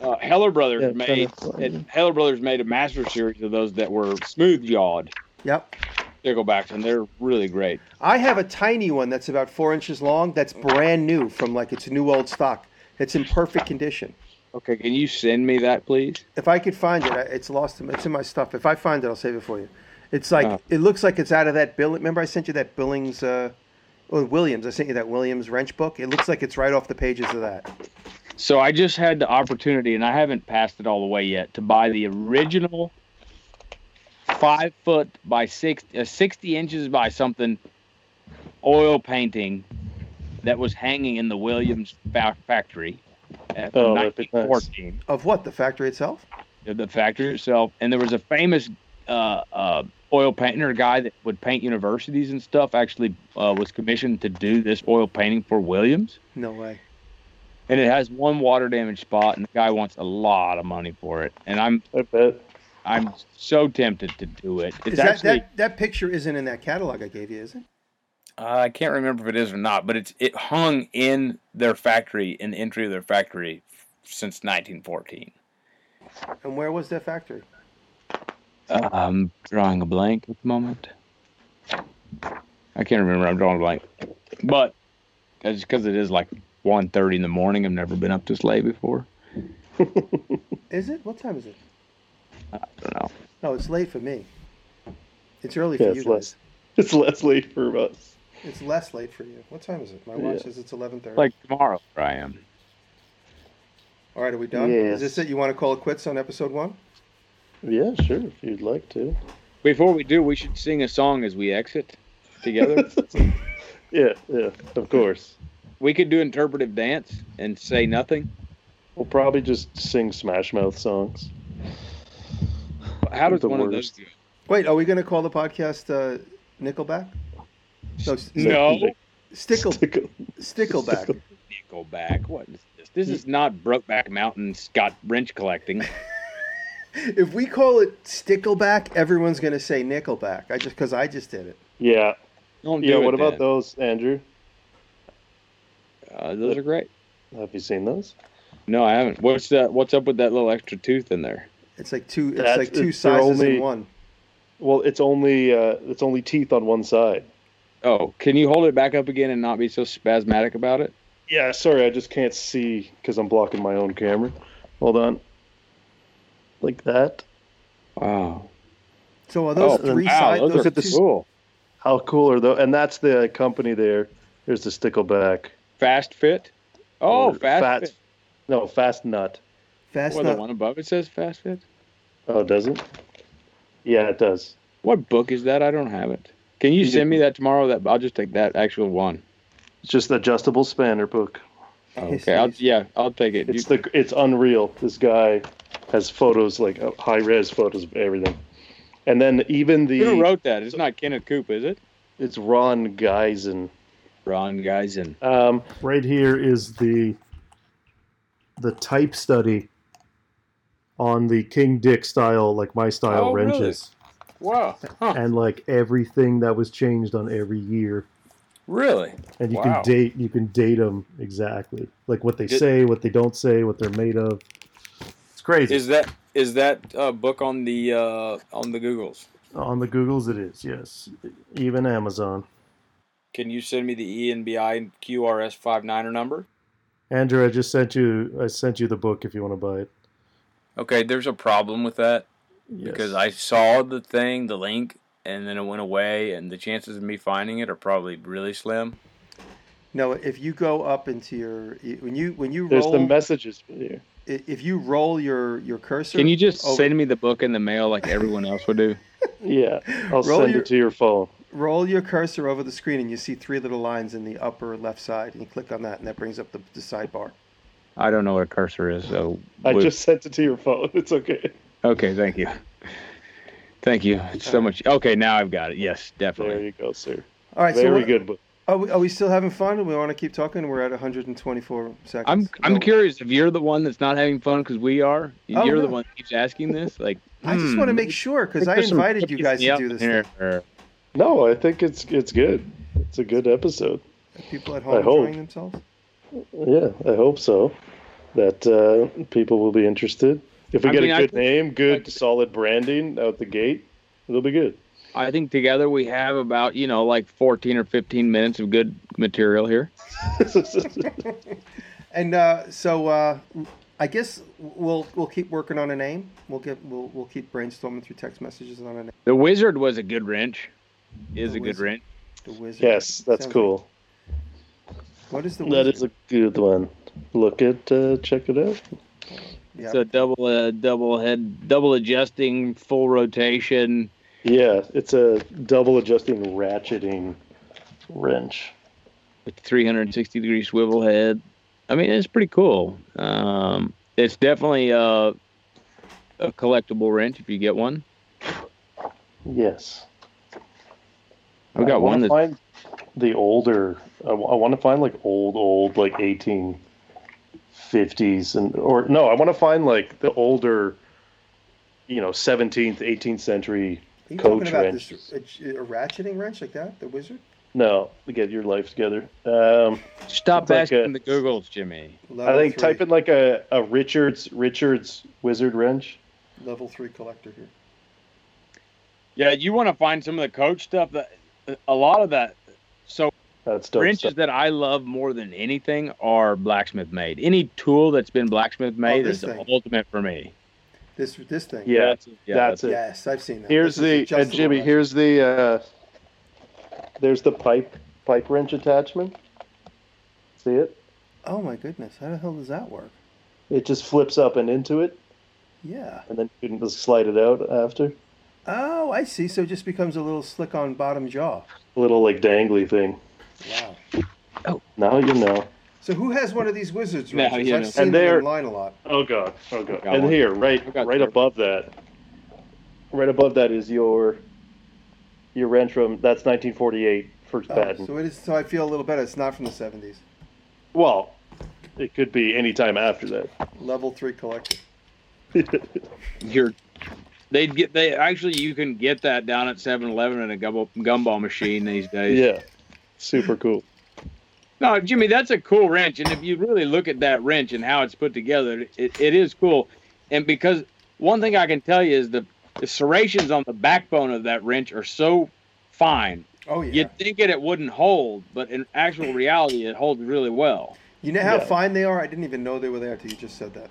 uh, Heller Brothers Yeah, made trying to- it, Heller Brothers made a master series of those that were smooth jawed Yep. sticklebacks, and they're really great. I have a tiny one that's about four inches long. That's brand new from like it's new old stock. It's in perfect condition. Okay, can you send me that, please? If I could find it, I- it's lost. in- It's in my stuff. If I find it, I'll save it for you. It's like Oh. it looks like it's out of that bill. Remember, I sent you that Billings, uh, or Williams. I sent you that Williams wrench book. It looks like it's right off the pages of that. So I just had the opportunity, and I haven't passed it all the way yet, to buy the original five foot by six, uh, 60 inches by something oil painting that was hanging in the Williams fa- factory at Oh, that'd be nice. 1914 Of what? The factory itself? of the factory itself. And there was a famous uh, uh, oil painter guy that would paint universities and stuff. Actually, uh, was commissioned to do this oil painting for Williams No way. and it has one water damage spot, and the guy wants a lot of money for it. And I'm I bet. I'm so tempted to do it. It's Is that, actually that that picture isn't in that catalog I gave you, is it? Uh, I can't remember if it is or not, but it's it hung in their factory, in the entry of their factory, since 1914. And where was that factory? uh, I'm drawing a blank at the moment. I can't remember. I'm drawing a blank, but that's because it is like 1.30 in the morning. I've never been up this late before. Is it? What time is it? I don't know. No, it's late for me. It's early Yeah, for you it's guys. less. It's Leslie for us. It's less late for you. What time is it? My watch Yeah. says it's eleven thirty. Like tomorrow, where I am. All right, are we done? Yes. Is this it? You want to call it quits on episode one? Yeah, sure, if you'd like to. Before we do, we should sing a song as we exit together. yeah, yeah, of course. we could do interpretive dance and say nothing. We'll probably just sing Smash Mouth songs. How does The one of those worst. do? Wait, are we going to call the podcast uh, Nickelback? No, s- No. Stickle Stickle. Stickleback. Nickelback. What is this? This Hmm. is not Brokeback Mountain Scott wrench collecting. If we call it Stickleback, everyone's going to say Nickelback. I just because I just did it. Yeah, Don't do yeah. it What about then. those, Andrew? Uh, those are great. Have you seen those? No, I haven't. What's that? What's up with that little extra tooth in there? It's like two. It's That's- like two it's their sizes only- in one. Well, it's only uh, it's only teeth on one side. Oh, can you hold it back up again and not be so spasmatic about it? Yeah, sorry, I just can't see because I'm blocking my own camera. Hold on. Like that. Wow. So are those oh, three wow, sides? those, are two, cool. How cool are those? And that's the company there. There's the Stickleback. Fast fit. Oh, Or fast. fit. No, Fast Nut. Fast Well, nut. the one above it says fast fit. Oh, does it? Yeah, it does. What book is that? I don't have it. Can you You send didn't- me that tomorrow? That I'll just take that actual one. It's just the adjustable spanner book. Okay. I'll, yeah, I'll take it. It's the it's unreal. This guy has photos like uh, high res photos of everything. And then even you, who the wrote that? It's not Kenneth Coop, is it? it's Ron Geisen. Ron Geisen. Um, Right here is the the type study on the King Dick style, like my style Oh, really? wrenches, Wow. and like everything that was changed on every year. Really? and you Wow. can date you can date them exactly like what they Did- say what they don't say what they're made of it's crazy Is that is that uh, book on the uh, on the Googles? on the googles it is yes even amazon Can you send me the E ENBI QRS 59er number? andrew i just sent you i sent you the book if you want to buy it Okay, there's a problem with that yes. because I saw the thing, the link, and then it went away, and the chances of me finding it are probably really slim. No, if you go up into your when you when you there's roll the messages there. i- if you roll your your cursor. Can you just Oh. over- send me the book in the mail like everyone else would do? Yeah, I'll Roll send your- it to your phone. roll your cursor over the screen and you see three little lines in the upper left side and you click on that and that brings up the, the sidebar I don't know what a cursor is, so I we- just sent it to your phone. It's okay. okay. Thank you, thank you It's so much. Okay, now I've got it. Yes, There definitely. you go, sir. All right, so Very what- good book. Are we, are we still having fun? Do we want to keep talking? We're at 124 seconds. I'm I'm No. curious if you're the one that's not having fun because we are. Oh, You're the no. one that keeps asking this. Like I just hmm, want to make sure because I there's some invited you cookies guys to in the do oven this. Thing. here. No, I think it's it's good. It's a good episode. People at home hope. enjoying themselves. Yeah, I hope so. That uh, people will be interested. If we I get mean, a I good think- name, good solid branding out the gate, it'll be good. I think together we have about you know like 14 or 15 minutes of good material here. And uh, so uh, I guess we'll we'll keep working on a name. We'll get we'll we'll keep brainstorming through text messages on a name. The wizard was a good wrench. Is The a good Wizard. wrench. The wizard. yes, that's Sounds cool. like- what is the That wizard? is a good one. Look at uh, check it out. yeah. It's a double uh, double head double adjusting full rotation. Yeah, it's a double adjusting ratcheting wrench. with 360 degree swivel head. I mean, it's pretty cool. Um, it's definitely a, a collectible wrench if you get one. Yes. I've got one to that's find the older. I, want to find like old, old like eighteen fifties and or no, I want to find like the older, you know, seventeenth, eighteenth century. Are you coach talking about wrench. this a, a ratcheting wrench like that? The wizard. No, get your life together. Um, stop it's like asking a- the Googles, Jimmy. I Level think three, type in like a, a Richards Richards wizard wrench. level three collector here. Yeah, you want to find some of the coach stuff that a lot of that That's dope. wrenches stuff. that I love more than anything are blacksmith made. Any tool that's been Oh, blacksmith made this is the thing. ultimate for me. This this thing. Yeah, that's, yeah, that's, it. Yes, I've seen that. Here's This is the just and Jimmy. one I- Here's the uh, there's the pipe pipe wrench attachment. See it? Oh my goodness! How the hell does that work? It just flips up and into it, Yeah. and then you can just slide it out after. Oh, I see. So it just becomes a little slick on bottom jaw. A little like dangly thing. Wow. Now you know. So who has one of these wizards? No, Richards? you I've know. seen And them they're- online a lot. Oh god. Oh god. Got and one. here, right, I got right two. above that, right above that is your your wrench from that's 1948 first Oh, patent. so it is. So I feel a little better. It's not from the seventies. Well, it could be any time after that. Level three collector. you're they'd get they actually you can get that down at 7-Eleven in a gumball, gumball machine these days. yeah. Super cool. No, Jimmy, that's a cool wrench, and if you really look at that wrench and how it's put together, it, it is cool. And because one thing I can tell you is the, the serrations on the backbone of that wrench are so fine. Oh yeah. You, You'd think it, it wouldn't hold, but in actual reality, it holds really well. know how Yeah. fine they are. I didn't even know they were there until you just said that.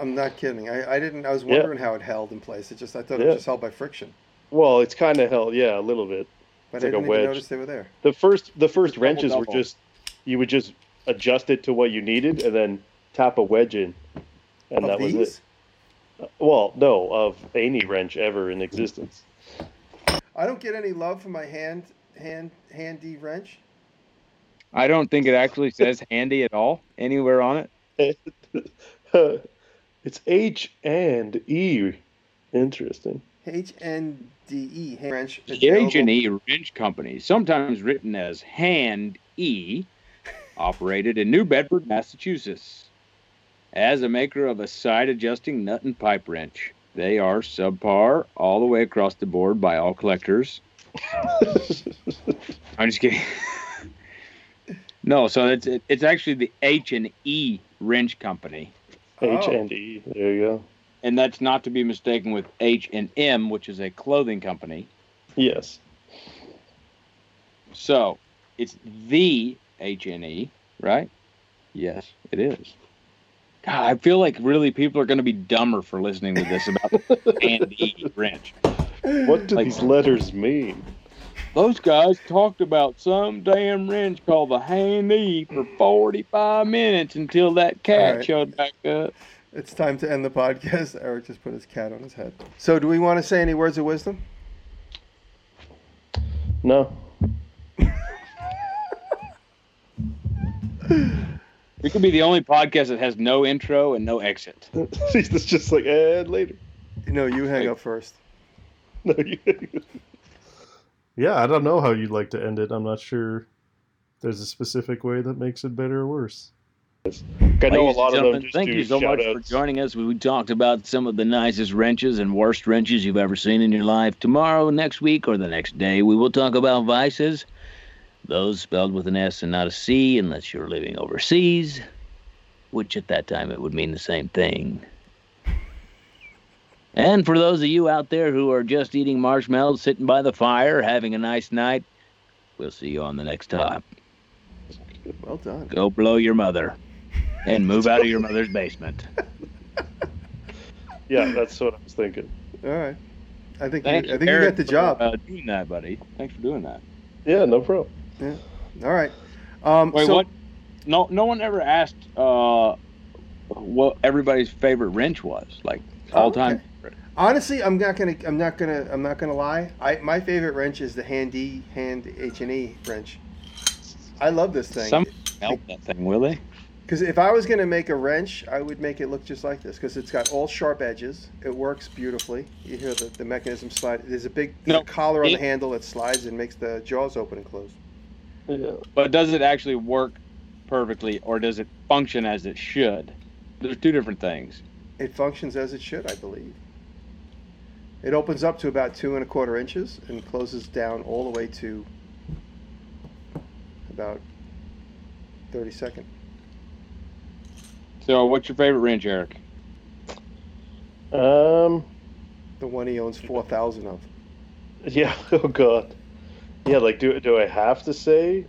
I'm not kidding. I, I didn't. I was Yeah. wondering how it held in place. It just. I thought it Yeah. was just held by friction. Well, it's kind of hell, yeah, a little bit. But It's I like a didn't even wedge. notice they were there. The first the first wrenches double. were just you would just adjust it to what you needed and then tap a wedge in. And of that these? was it. Well, no, of any wrench ever in existence. I don't get any love for my hand hand handy wrench. I don't think it actually says handy at all anywhere on it. it's H and E. Interesting. H N D E hand wrench. H and available- E Wrench Company, sometimes written as Hand E, operated in New Bedford, Massachusetts, as a maker of a side-adjusting nut and pipe wrench. They are subpar all the way across the board by all collectors. I'm just kidding. no, so it's it, it's actually the H and E Wrench Company, H Oh. and E. There you go. and that's not to be mistaken with H and M, which is a clothing company. Yes. So it's the HNE, E, right? Yes, it is. God, I feel like really people are going to be dumber for listening to this about and E wrench. What do Like- these letters mean? Those guys talked about some damn wrench called the hand E for 45 minutes until that cat All right. showed back up. It's time to end the podcast. Eric just put his cat on his head. So, do we want to say any words of wisdom? No. It could be the only podcast that has no intro and no exit. it's just like and later. No, you hang up first. No, you- Yeah, I don't know how you'd like to end it. I'm not sure there's a specific way that makes it better or worse. I know a Ladies lot and of them gentlemen, just Thank do you so much for shout-outs. joining us. We talked about some of the nicest wrenches and worst wrenches you've ever seen in your life. Tomorrow, next week, or the next day, we will talk about vices. Those spelled with an S and not a C, unless you're living overseas, which at that time it would mean the same thing. And for those of you out there who are just eating marshmallows, sitting by the fire, having a nice night, we'll see you on the next time. Well done. Go blow your mother and move out of your mother's basement. Yeah, that's what I was thinking. All right. I think you, I Thank think you Eric, got the for, job. Uh, doing that, buddy. Thanks for doing that. Yeah, no problem. All right. Um, Wait, so what? No, no one ever asked uh, what everybody's favorite wrench was, like all time. honestly, I'm not gonna I'm not gonna I'm not gonna lie. I my favorite wrench is the handy hand H and E wrench. I love this thing. Some melt that thing, will they? Because if I was going to make a wrench, I would make it look just like this because it's got all sharp edges. It works beautifully. You hear the, the mechanism slide. There's a big there's a No, collar on the it- handle that slides and makes the jaws open and close. Yeah. But does it actually work perfectly, or does it function as it should? There's two different things. It functions as it should, I believe. It opens up to about two and a quarter inches and closes down all the way to about 30 second. So, what's your favorite wrench, Eric? Um. The one he owns 4,000 of. Yeah. Oh God. Yeah. Like, do do I have to say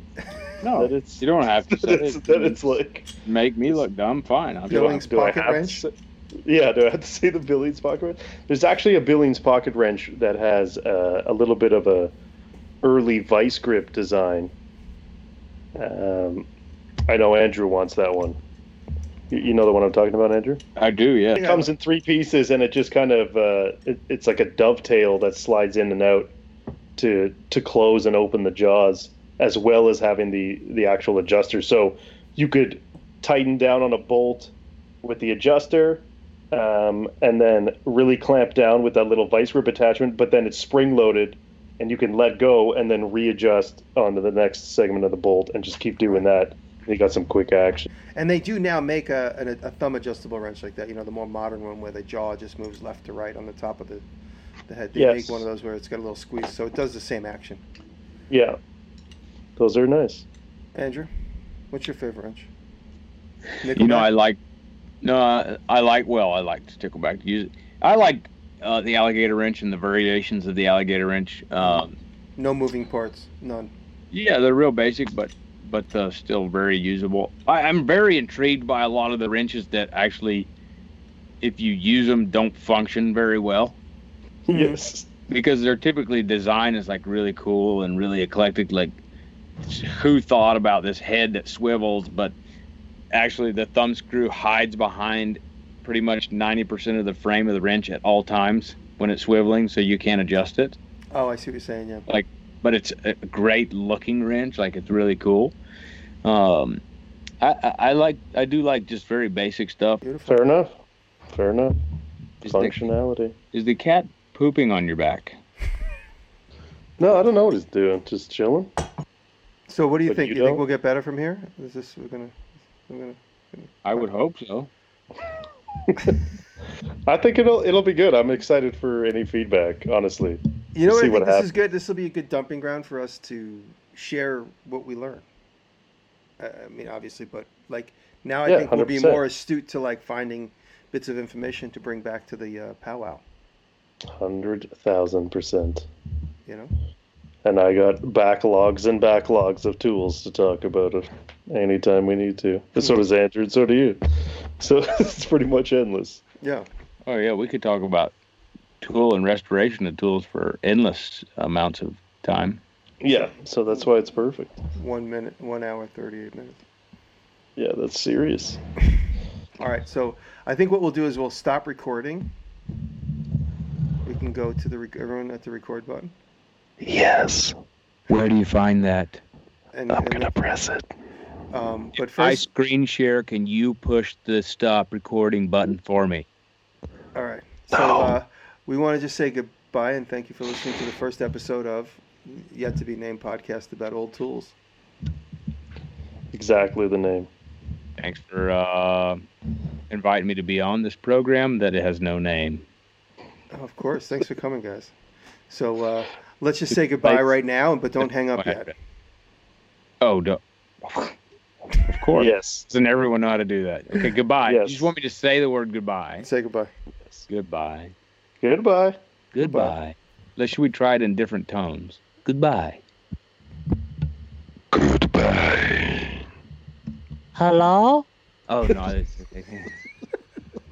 No, that it's you don't have to. that say it's, it. that it's like make me look dumb. Fine, I'll do it. Billings do I pocket have to wrench? say- yeah, do I have to say the Billings pocket wrench? There's actually a Billings pocket wrench that has uh, a little bit of a early vice grip design. Um, I know Andrew wants that one. You, you know the one I'm talking about, Andrew? I do. Yeah. Yeah. It comes in three pieces, and it just kind of uh, it, it's like a dovetail that slides in and out to to close and open the jaws, as well as having the the actual adjuster. So you could tighten down on a bolt with the adjuster, um, and then really clamp down with that little vice grip attachment. But then it's spring loaded, and you can let go and then readjust onto the next segment of the bolt, and just keep doing that. You got some quick action. And they do now make a, an, a thumb adjustable wrench like that. You know, the more modern one where the jaw just moves left to right on the top of the, the head. They Yes. make one of those where it's got a little squeeze, so it does the same action. Yeah, those are nice. Andrew, what's your favorite wrench? You know, I like. No, I, I like. Well, I like the stickleback. Use it. I like uh, the alligator wrench and the variations of the alligator wrench. Um, no moving parts, none. yeah, they're real basic, but but uh, still very usable. I, I'm very intrigued by a lot of the wrenches that actually, if you use them, don't function very well Yes. because they're typically designed as like really cool and really eclectic. Like, who thought about this head that swivels, but actually the thumb screw hides behind pretty much 90% of the frame of the wrench at all times when it's swiveling, so you can't adjust it. Oh, I see what you're saying. Yeah, But it's a great looking wrench, like it's really cool. Um, I, I, I like I do like just very basic stuff. beautiful. Fair enough. Fair enough. Is the, Functionality. is the cat pooping on your back? No, I don't know what he's doing. Just chilling. So, what do you But think? you You, think don't? we'll get better from here? Is this we're gonna? We're gonna I would hope so. I think it'll it'll be good. I'm excited for any feedback. Honestly, you know what? We'll I see think what this is good. This will be a good dumping ground for us to share what we learn. I I mean, obviously, but like now, I Yeah, think we'll be 100%. more astute to like finding bits of information to bring back to the uh, powwow. hundred thousand percent. You know, And I got backlogs and backlogs of tools to talk about it anytime we need to. And so does Andrew, and so do you. So it's pretty much endless. yeah. Oh yeah, we could talk about tool and restoration of tools for endless amounts of time. Yeah. So that's why it's perfect. One minute, one hour, thirty-eight minutes. Yeah, that's serious. All right. So I think what we'll do is we'll stop recording. We can go to the rec- everyone at the record button. Yes. Where do you find that? And, I'm gonna press Um, but I first, screen share. Can you push the stop recording button for me? all right. So uh, we want to just say goodbye and thank you for listening to the first episode of Yet to Be Named podcast about old tools. Exactly the name. Thanks for uh, inviting me to be on this program that it has no name. Of course. Thanks for coming, guys. So uh, let's just say goodbye right now, but don't hang up yet. Oh, do of course. Yes. Doesn't everyone know how to do that? Okay, goodbye. Yes. You just want me to say the word goodbye. Say goodbye. Goodbye. Goodbye. Goodbye. Let's should we try it in different tones? Goodbye. Hello? Oh no. it's-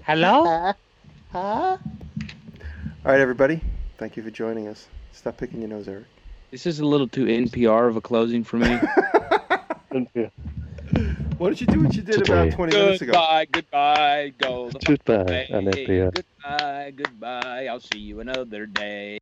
Hello? Huh? Huh? All right, everybody. Thank you for joining us. Stop picking your nose, Eric. This is a little too NPR of a closing for me. Why don't you do what you did about Today. 20 minutes ago? goodbye, goodbye, go the Goodbye. way. An NPR. Goodbye, goodbye. I'll see you another day.